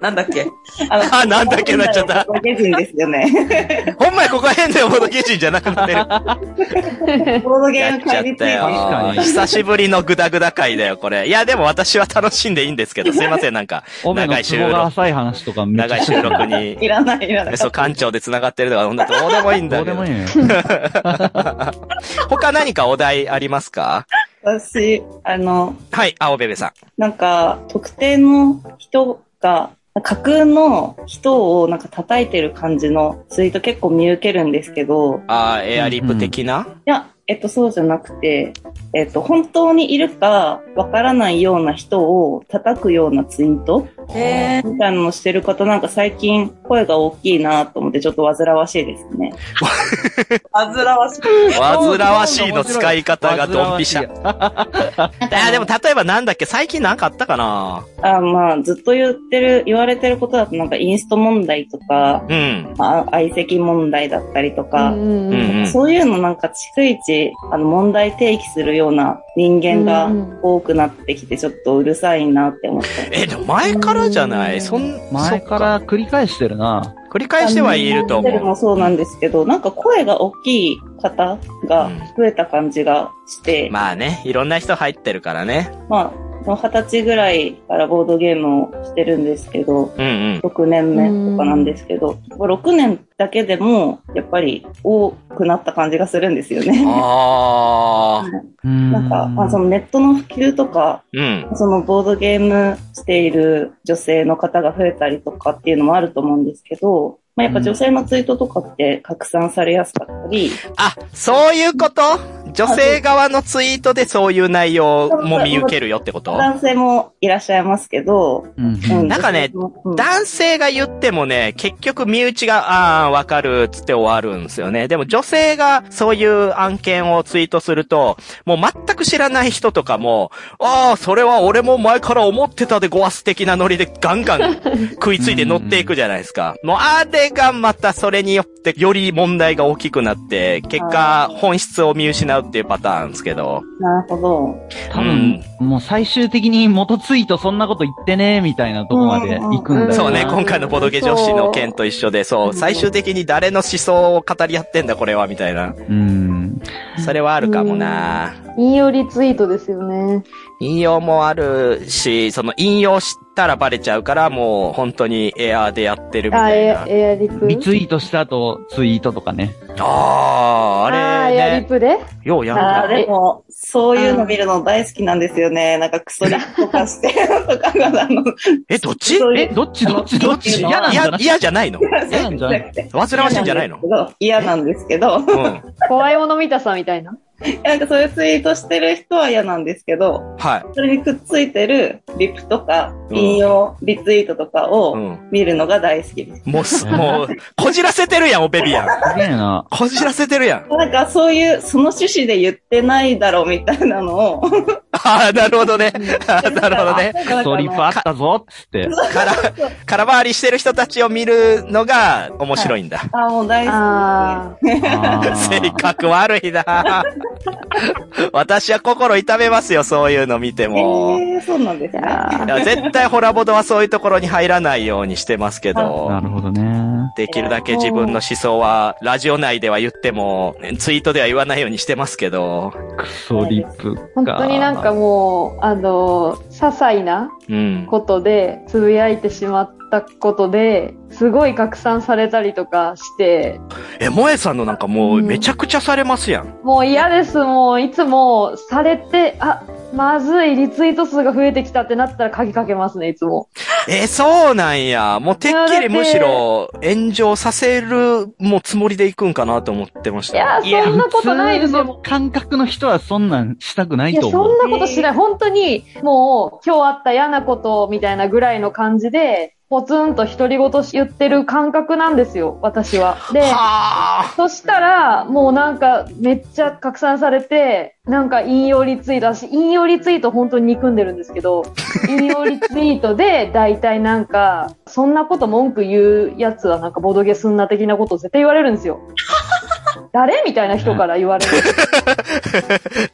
なんだっけ
あ
あ なんだっけなっちゃった
ボドゲ人です よね。
ほんまやここは変だよ、ボードゲージじゃなくなってる。
ボードゲ
や
ー
っ
ム
ちゃっ
会議テ
た
ーマ
確か
よ。
に
久しぶりのグダグダ会だよ、これ。いや、でも私は楽しんでいいんです けど、すいません、なんか、
オメの
長い収
ツ
録
ボが浅い話とかめっち
長
ゃ
い収録に。
いらない、いらない。
そう、館長で繋がってるとか、ほんとどうでもいいんだ
どう
け
で
ど。
もいいね。
他何かお題ありますか
私、あの、
はい、青べべさん。
なんか、特定の人が、架空の人をなんか叩いてる感じのツイート結構見受けるんですけど、
あーエアリップ的な、
いや、えっと、そうじゃなくて、えっと、本当にいるかわからないような人を叩くようなツイート
へー
みたいなのをしてる方なんか最近声が大きいなと思ってちょっと煩わしいですね。
煩わしい。
煩わしいの使い方がドンピシャ。
ャ。
あーでも例えばなんだっけ最近なんかあったかな
あまあ、ずっと言ってる、言われてることだとなんかインスト問題とか、
うん。
まあ相席問題だったりと
う
か、
ん
うんうん。
そういうのなんか逐一あの問題提起するような人間が
うん
多くなってきてちょっとうるさいなって思った。
え、でも前からじゃないそん、
前か
そっ
ら繰り返してるな。
繰り返してはいると
ホテル
思う
も。そうなんですけど、なんか声が大きい方が増えた感じがして、
まあね、いろんな人入ってるからね。
まあ、二十歳ぐらいからボードゲームをしてるんですけど、
うんうん。
6年目とかなんですけど、6年だけでも、やっぱり多くなった感じがするんですよね。
ああ。
なんか、まあ、そのネットの普及とか、
うん。
そのボードゲームしている女性の方が増えたりとかっていうのもあると思うんですけど、まあ、やっぱ女性のツイートとかって拡散されやすかったり、
あ、そういうこと女性側のツイートでそういう内容も見受けるよってこと
男性もいらっしゃいますけど、
うん
う
なんかね、
女性もうん
男性が言ってもね、結局身内が、ああー、わかる、つって終わるんですよね。でも女性がそういう案件をツイートすると、もう全く知らない人とかも、ああ、それは俺も前から思ってたでごわす的なノリでガンガ ン食いついて乗っていくじゃないですか。もうあれがまたそれによってより問題が大きくなって、結果本質を見失うっていうパターンなんですけど。
なるほど。
多分、もう最終的に元ツイートそんなこと言ってね、みたいなとこまで行くんだよな。
そうね、
うん
今回のボドゲ女子の件と一緒で、そう、最終的に誰の思想を語り合ってんだ、これは、みたいな。
うん。
それはあるかもな
引用リツイートですよね。
引用もあるし、その引用したらバレちゃうから、もう本当にエアーでやってるみ
あ、
たいな。
エ
あ
エアリプ。
リツイートした後、ツイートとかね。
あー、あ
あー
れ
エアリ
ね。
プで
ようやん
あ
だ。
ーでも、そういうの見るの大好きなんですよね。なんか薬とかして、とかが、 あの、
え、どっち
そう
え、どっちどっちどっち
リ
嫌
い
なんじゃ
や
な、い
嫌じゃないの
嫌なんじゃない
煩わしいんじゃないの
嫌なんですけど、
うん。はい。
怖いもの見たさみたいな。
なんかそういうツイートしてる人は嫌なんですけど、それにくっついてるリプとか、
うん
引用、リツイートとか
う
を
ん。
見るのが大好きです。
もうす、もう、こじらせてるやん、おベビやん。
すげえな。
こじらせてるやん。
なんかそういう、その趣旨で言ってないだろうみたいなのを、
ああ、なるほどね。あーなるほどね。
なんかあの
ストリップあったぞ、つって。
から、空回りしてる人たちを見るのが面白いんだ。
あー、もう大好きですね。
あ
あー
性格悪いな 私は心痛めますよ、そういうの見ても。
えー、そうなんです
い
ね。
や
いや絶対ホラボドはそういうところに入らないようにしてますけ
な
ど、
るほどね。
できるだけ自分の思想は、ラジオ内では言っても、ツイートでは言わないようにしてますけど、
クソリップか。
本当になんかもう、あの、些細な
うん。
ことで、つぶやいてしまったことで、すごい拡散されたりとかして、
え、萌えさんのなんかもうめちゃくちゃされますやん。
もう嫌です、もう、いつも、されて、あ、まずい、リツイート数が増えてきたってなったら鍵かけますね、いつも。
え、そうなんや。もうてっきりむしろ炎上させるもうつもりでいくんかなと思ってまし
いや
た。
ー、そんなことないですよ。。
感覚の人はそんなんしたくないい
や、
と
そ
思う。
んなことしない。本当に、もう、今日あった嫌なことみたいなぐらいの感じで、ポツンと独り言言ってる感覚なんですよ、私は。で、
はあ。
そしたら、もうなんか、めっちゃ拡散されて、なんか引用リツイート、私、引用リツイート本当に憎んでるんです けど、引用リツイートで、大体なんか、そんなこと文句言うやつはなんか、ボドゲすんな的なことを絶対言われるん ですよ。誰みたいな人から言われる。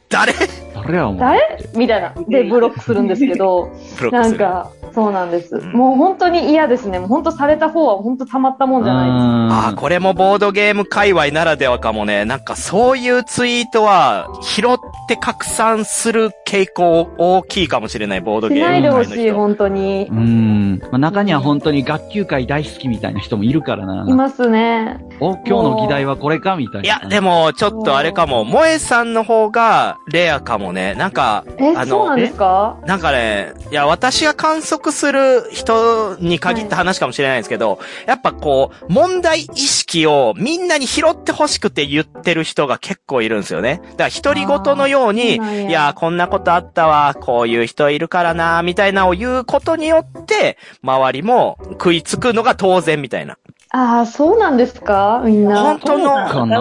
誰
それはもう。
誰みたいな。で、ブロックするんですけど、
プロック
な
す
ん
る。
か、そうなんです。
ん
もう本当に嫌ですね。もう本当された方は本当たまったもんじゃないで
あー、これもボードゲーム界隈ならではかもね。なんかそういうツイートは拾って拡散する傾向大きいかもしれない、ボード
す。し
ゲーム
な
界
いで
の
ほ
人。
しい、本当に
う。ん。まあ、中には本当に学級会大好きみたいな人もいるからな。
いますね。
お、今日の議題はこれかみたいな。
いや、でも、ちょっとあれかも、萌えさんの方が、レアかもね。なんか、
え、
あの
そうなんですか
なんかね、いや、私が観測する人に限った話かもしれないんですけど、やっぱこう、問題意識をみんなに拾ってほしくて言ってる人が結構いるんですよね。だから、独り言のように、
あーそうなんや
いや、こんなことあったわ、こういう人いるからな、みたいなを言うことによって、周りも食いつくのが当然みたいな。
ああ、そうなんですかみん
本
な。
当の、
かな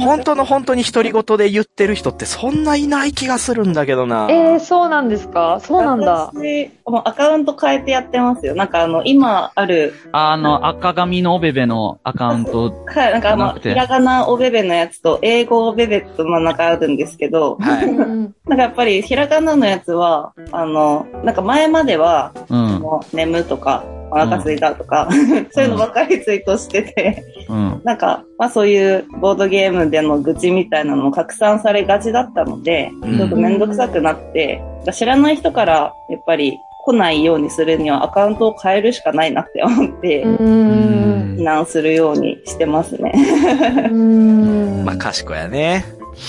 本当の本当に独り言で言ってる人ってそんないない気がするんだけどな。
えー、そうなんですかそうなん だ。
私、もうアカウント変えてやってますよ。なんかあの、今ある、
あの、赤髪のおべべのアカウント。
はい、なんかあ
な
の、
く
ひ
て
らがなおべべのやつと、英語おべべと真ん中あるんですけど、
は
う
い。
ん
なんかやっぱりひらがなのやつは、あの、なんか前までは、
うん。
もう眠とか、お腹すいたとか、 そういうのばっかりツイートしてて、
うん。
なんか、まあそういうボードゲームでの愚痴みたいなのも拡散されがちだったので、
うん
ちょっとめんどくさくなって、知らない人からやっぱり来ないようにするにはアカウントを変えるしかないなって思って、
う。
うん
避難するようにしてますね。
うん。
まあ、賢いやね。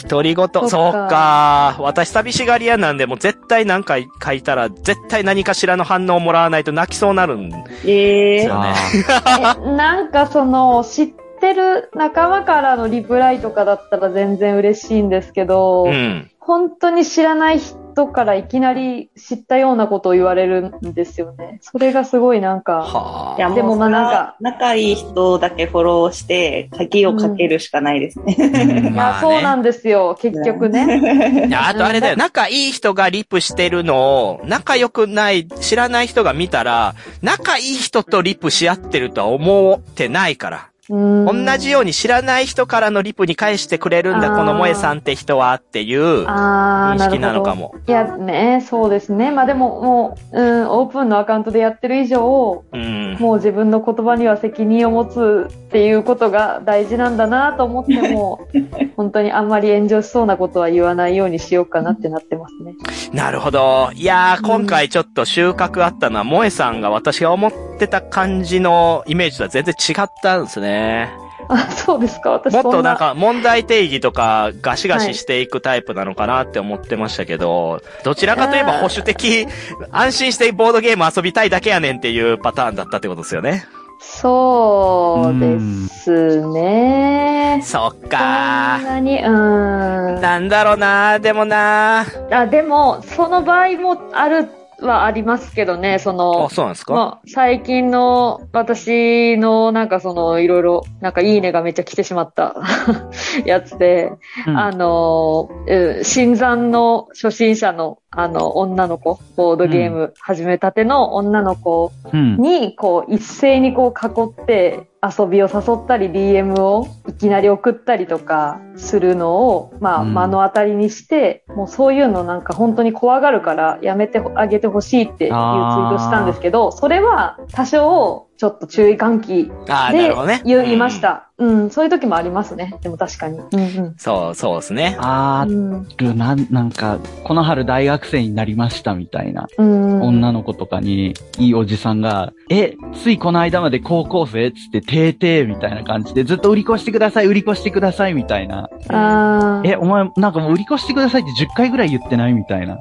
独り言。
っか
そうか。私寂しがり屋なんで、もう絶対何か書いたら、絶対何かしらの反応をもらわないと泣きそうになるん。
えー、
あ
えなんかその、知ってる仲間からのリプライとかだったら全然嬉しいんですけど、
うん。
本当に知らない人からいきなり知ったようなことを言われるんですよね。それがすごいなんか、
はいあ。
や
でもまあ
うそれは
なんか
仲いい人だけフォローして、鍵をかけるしかないですね。
ー
い
まあね
や、そうなんですよ、結局ね。
いや、あとあれだよ。仲いい人がリプしてるのを、仲良くない、知らない人が見たら、仲いい人とリプし合ってるとは思ってないから。
同
同じように知らない人からのリプに返してくれるんだ、
あー
この萌えさんって人はっていう
あ
認
ーなるほ
識
ど
なのかも。
いや、ね、そうですね。まあでも、もう、うん、オープンのアカウントでやってる以上、
うん。
もう自分の言葉には責任を持つっていうことが大事なんだなと思って も、本当にあんまり炎上しそうなことは言わないようにしようかなってなってますね。
なるほど。いやー、
うん
今回ちょっと収穫あったのは、萌えさんが私が思ってた感じのイメージとは全然違ったんですね。
あ、そうですか、私
もっ
そ
と
んな
なんか問題定義とかガシガシしていくタイプなのかなって思ってましたけど、どちらかといえば保守的、安心してボードゲーム遊びたいだけやねんっていうパターンだったってことですよね。
そうですね。
そっ
そん
かー。
なに、うーん。
なんだろうなでもな
あ、でも、その場合もあるはありますけどね、その
あ、、そうなんですか、
まあ、最近の私のなんかそのいろいろなんかいいねがめっちゃ来てしまった やつで、 あの、うん新参の初心者のあの女の子、ボードゲーム始めたての女の子
うん。
にこう一斉にこう囲って、遊びを誘ったり DM をいきなり送ったりとかするのを、まあ、
うん
目の当たりにして、もうそういうのなんか本当に怖がるからやめてあげてほしいっていうツイートしたんですけど、それは多少ちょっと注意喚起
ああ、な
で
るほどね。
言いまし
うん。
た。うん、そういう時もありますね。でも確かに。うん
そう、そうですね。
あ
うん。
るな、なんか、この春大学生になりましたみたいな、
うん。うん。
女の子とかに、いいおじさんが、え、ついこの間まで高校生っつって、てーてーみたいな感じで、ずっと売り越してください、売り越してくださいみたいな。
あ
え、お前、なんかもう売り越してくださいって10回ぐらい言ってないみたいな。
ー。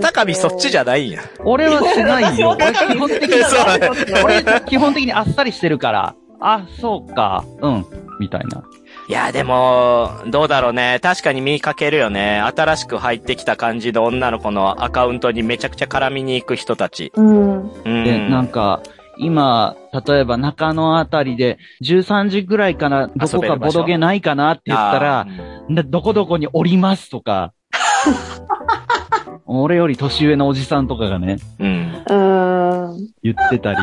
高見そっちじ
ゃ。
ゃないんや。
俺はしないよ。俺基本的に、
そうね
俺基本的にあっさりしてるから。あ、そうか。うん。みたいな。
いや、でも、どうだろうね。確かに見かけるよね。新しく入ってきた感じの女の子のアカウントにめちゃくちゃ絡みに行く人たち。
うん。
う
で、
ん。
なんか、今、例えば中野あたりで、13時ぐらいからどこかボドゲないかなって言ったら、などこどこにおります とか。俺より年上のおじさんとかがね、
うん。
うん。
言ってたり、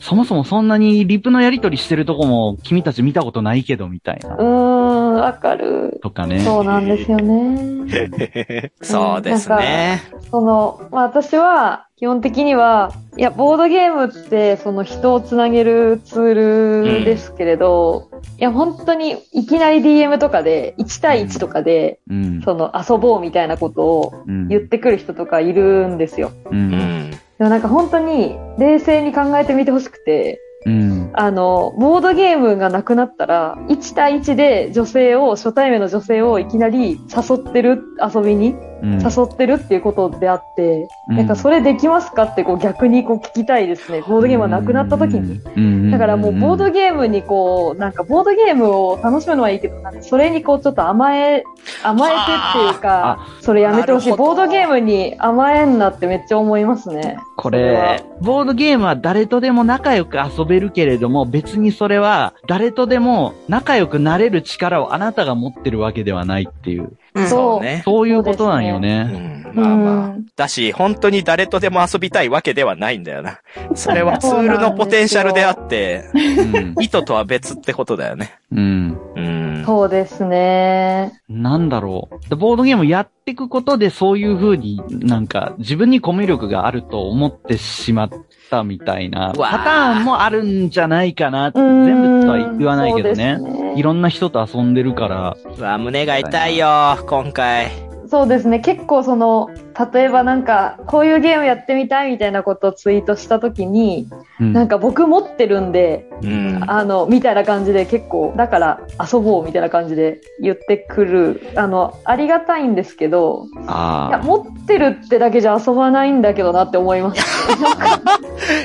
そもそもそんなにリプのやりとりしてるとこも君たち見たことないけどみたいな
う。ん、わかる。
とかね。
そうなんですよね。
そうですね。
その、まあ私は、基本的には、いや、ボードゲームって、その人をつなげるツールですけれど、いや、本当に、いきなり DM とかで、1対1とかで、
うん。
その、遊ぼうみたいなことを
うん
言ってくる人とかいるんですよ。
う。
うんん。
でもなんか本当に、冷静に考えてみてほしくて、
うん。
あの、ボードゲームがなくなったら、1対1で女性を、初対面の女性をいきなり誘ってる、遊びに
うん
誘ってるっていうことであって、
うん
なんかそれできますかってこう逆にこう聞きたいですね。ボードゲームはなくなった時に。
に
だからもうボードゲームにこう、なんかボードゲームを楽しむのはいいけど、なんかそれにこうちょっと甘え、甘えてっていう
は
か、それやめてほしい。
なるほ
ボ
ど
ードゲームに甘えんなってめっちゃ思いますね。
こ
それは
れ、ボードゲームは誰とでも仲良く遊べるけれども、別にそれは誰とでも仲良くなれる力をあなたが持ってるわけではないっていう、
うん
そ
そうう
ね。
そういうことなんよね。
うん。まあま
う
あ
ん。
だし、本当に誰とでも遊びたいわけではないんだよな。それはツールのポテンシャルであって、
うん
意図とは別ってことだよね。
うん。
うん。
そうですね。
なんだろう。ボードゲームやっていくことでそういう風になんか自分にコミュ力があると思ってしまったみたいな
うわー
パターンもあるんじゃないかなって
うん
全部とは言わないけどね。
そうですね
いろんな人と遊んでるから。
うわ、胸が痛いよ、今回。
そうですね結構その例えばなんかこういうゲームやってみたいみたいなことをツイートした時に、
うん
なんか僕持ってるんで
うん。
あのみたいな感じで結構だから遊ぼうみたいな感じで言ってくるあのありがたいんですけどいや
あ
持ってるってだけじゃ遊ばないんだけどなって思います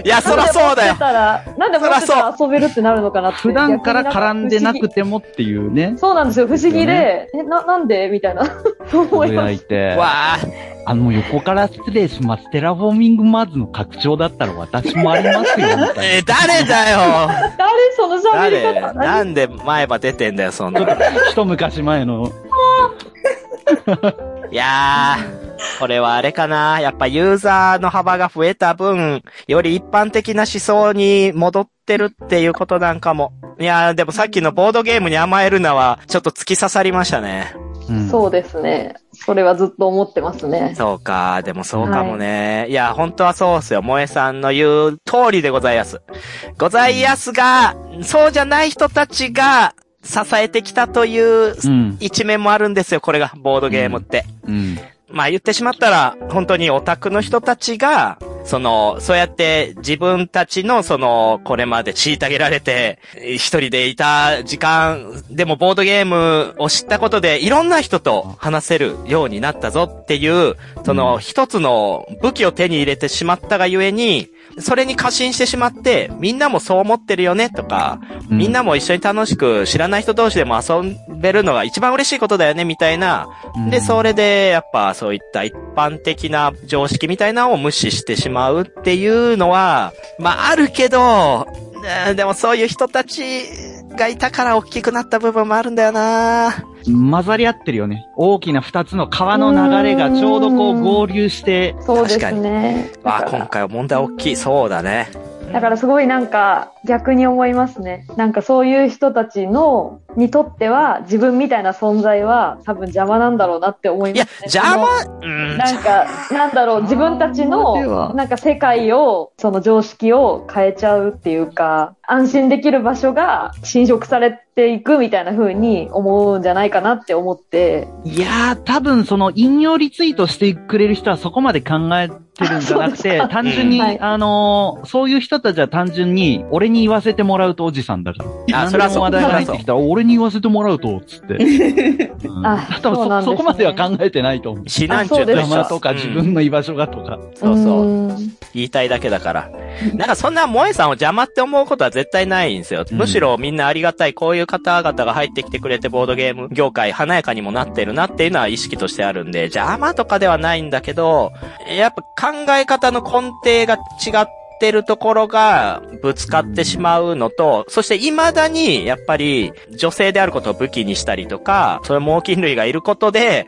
いや、そらそうだよ。
なんで持ってたらなんで持ってたら遊べるってなるのかな
あ。
って
普段から絡んでな
逆に
くてもっていうね
んか不思議。そうなんですよ不思議で、えななんでみたいな 思いま
親
す
いて。
わあ、
あの横から失礼します。テラフォーミングマーズの拡張だったら私もありますよ。みたい
えー、誰だよ。
誰 その喋り
誰
方
なんで前歯出てんだよ、そんな。
な 一昔前の。
いやー、これはあれかな。やっぱユーザーの幅が増えた分、より一般的な思想に戻ってるっていうことなんかも。いやー、でもさっきのボードゲームに甘えるなは、ちょっと突き刺さりましたね。
うん
そうですね。それはずっと思ってますね。
そうか、でもそうかもね。い、や、本当はそうっすよ。萌えさんの言う通りでございます。ございますが、そうじゃない人たちが支えてきたという
うん。
一面もあるんですよ、これが、ボードゲームって。
うん。
まあ言ってしまったら、本当にオタクの人たちが、その、そうやって自分たちのその、これまで虐げられて、えー一人でいた時間、でもボードゲームを知ったことで、いろんな人と話せるようになったぞっていう、その、一つの武器を手に入れてしまったがゆえに、それに過信してしまって、みんなもそう思ってるよねとか、
うん
みんなも一緒に楽しく知らない人同士でも遊べるのが一番嬉しいことだよねみたいな、で、それで、やっぱそういった一般的な常識みたいなのを無視してしまうっていうのは、まああるけど、うんでもそういう人たちがいたから大きくなった部分もあるんだよな
混ざり合ってるよね。大きな二つの川の流れがちょうどこう合流して、
そうですね。だ
あ、
か
今
ら、
回は問題大きい。そうだね。
だからすごいなんか、逆に思いますね。なんかそういう人たちの、にとっては、自分みたいな存在は多分邪魔なんだろうなって思い
い
ま
や
す、ね。
邪魔、うん、
なんか、なんだろ う、自分たち
あーでは
の、なんか世界を、その常識を変えちゃうっていうか、安心できる場所が侵食されていくみたいな風に思うんじゃないかなって思って、
いやー、多分その引用リツイートしてくれる人はそこまで考えてるんじゃなく
そうで
て
す、か
単純に、
はい
あのーそういう人たちは単純に、俺に言わせてもらうとおじさんだから。
あそりゃそう
何でも話題に入ってきたら、俺に言わせてもらうと、つって。うん
あ
多分
そうなん
そ
ですね
そこまでは考えてないと思う。
指南中と一
で
邪
す
緒
魔とか自
うん
分の居場所がとか。
そうそう。
うーん。
言いたいだけだから。なんかそんな萌えさんを邪魔って思うことは絶対ないんですよ。
うん
むしろみんなありがたい、こういう方々が入ってきてくれてボードゲーム業界華やかにもなってるなっていうのは意識としてあるんで、邪魔とかではないんだけど、やっぱ考え方の根底が違って、るところがぶつかってしまうのと、そして未だにやっぱり女性であることを武器にしたりとか、それ猛禽類がいることで、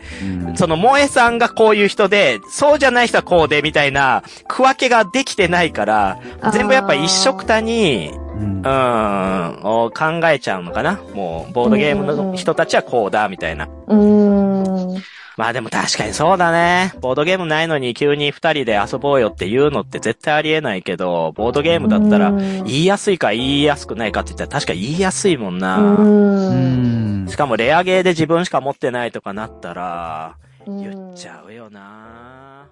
その萌えさんがこういう人で、そうじゃない人はこうで、みたいな、区分けができてないから、全部やっぱ一色たに、
うん
うーん、を考えちゃうのかな。もう、ボードゲームの人たちはこうだ、みたいな。
うーん。
まあでも確かにそうだね。ボードゲームないのに急に二人で遊ぼうよっていうのって絶対ありえないけど、ボードゲームだったら
う、ん
言いやすいか言いやすくないかって言ったら確か言いやすいもん
う
な。
ーん。
しかもレアゲーで自分しか持ってないとかなったら、言っちゃうよな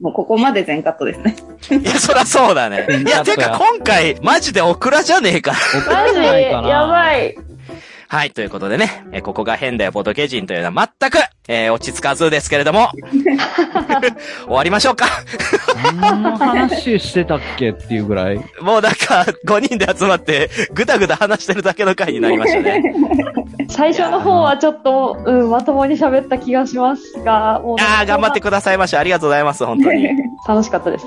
もうここまで全カットですね。
いや、そらそうだね。いや、てか今回、マジでオクラじゃねえか。
マジやばい。
はい、ということでね、えーここが変だよ、ボドゲ人というのは全く、えー落ち着かずですけれど も、終わりましょうか。
何の話してたっけっていうぐらい。
もうなんか、5人で集まって、ぐだぐだ話してるだけの回になりました ね。
最初の方はちょっと、うん、まともに喋った気がしますが、もう
ああ、頑張ってくださいました。ありがとうございます、本 当に。
楽しかったです。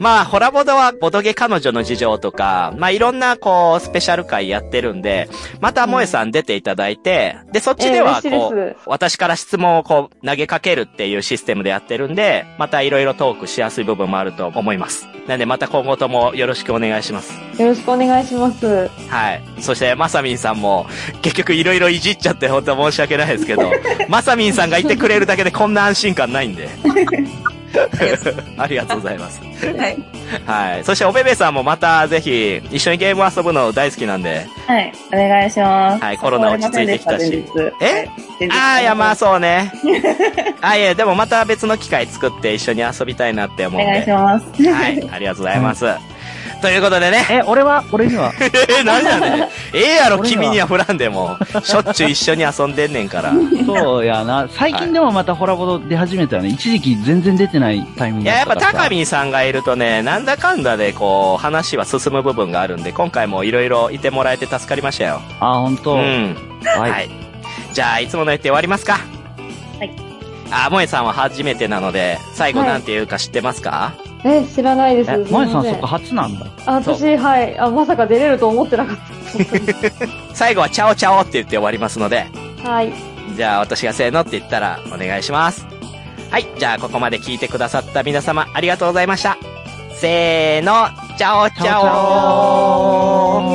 まあ、ホラボドは、ボドゲ彼女の事情とか、まあ、いろんな、こう、スペシャル会やってるんで、また、萌えさん出ていただいて、で、そっちでは、
ええ
こ
嬉しいうです、
私から質問をこう、投げかけるっていうシステムでやってるんで、またいろいろトークしやすい部分もあると思います。なんで、また今後ともよろしくお願いします。
よろしくお願いします。
はい。そして、まさみんさんも、結局いろいろいじっちゃって、本当申し訳ないですけ ど、まさみんさんがいてくれるだけでこんな安心感ないんで。ありがとうございます。
はい。
はい。そして、おべべさんもまたぜひ、一緒にゲーム遊ぶの大好きなんで。
はい、お願いします。
はいコロナ落ち着いてきたし
誘われませんで
え
した前日
ああ、いや、まあそう ね。あいや、でもまた別の機会作って一緒に遊びたいなって思
お
うんで。
願いします。
はい。ありがとうございます。ということでね。
え、俺は、俺には。
え、 何やねん。ええやろ、
俺ら
君には振らんでも。しょっちゅう一緒に遊んでんねん から。
そうやな。最近でもまたホラボド出始めたよね。一時期全然出てないタイミン
い
グ
や、
だ
やっ
っ
たぱ
からさ
高見さんがいるとね、なんだかんだでこう、話は進む部分があるんで、今回もいろいろいてもらえて助かりましたよ。
あ、本当。
うん。
は。
はいい。じゃあ、いつもの言って終わりますか
はい。
あ、萌えさんは初めてなので、最後
はい
なんて言うか知ってますか、
え、知らないです。
え、萌えさん
すい
そ
ませ
っか初なんだ。
あ、私、はい。あ、まさか出れると思ってなかった。本当に
最後はチャオチャオって言って終わりますので、
はい。
じゃあ私がせーのって言ったらお願いします。はい。じゃあ、ここまで聞いてくださった皆様ありがとうございました。せーの、チャオチャオ
チャオチャオ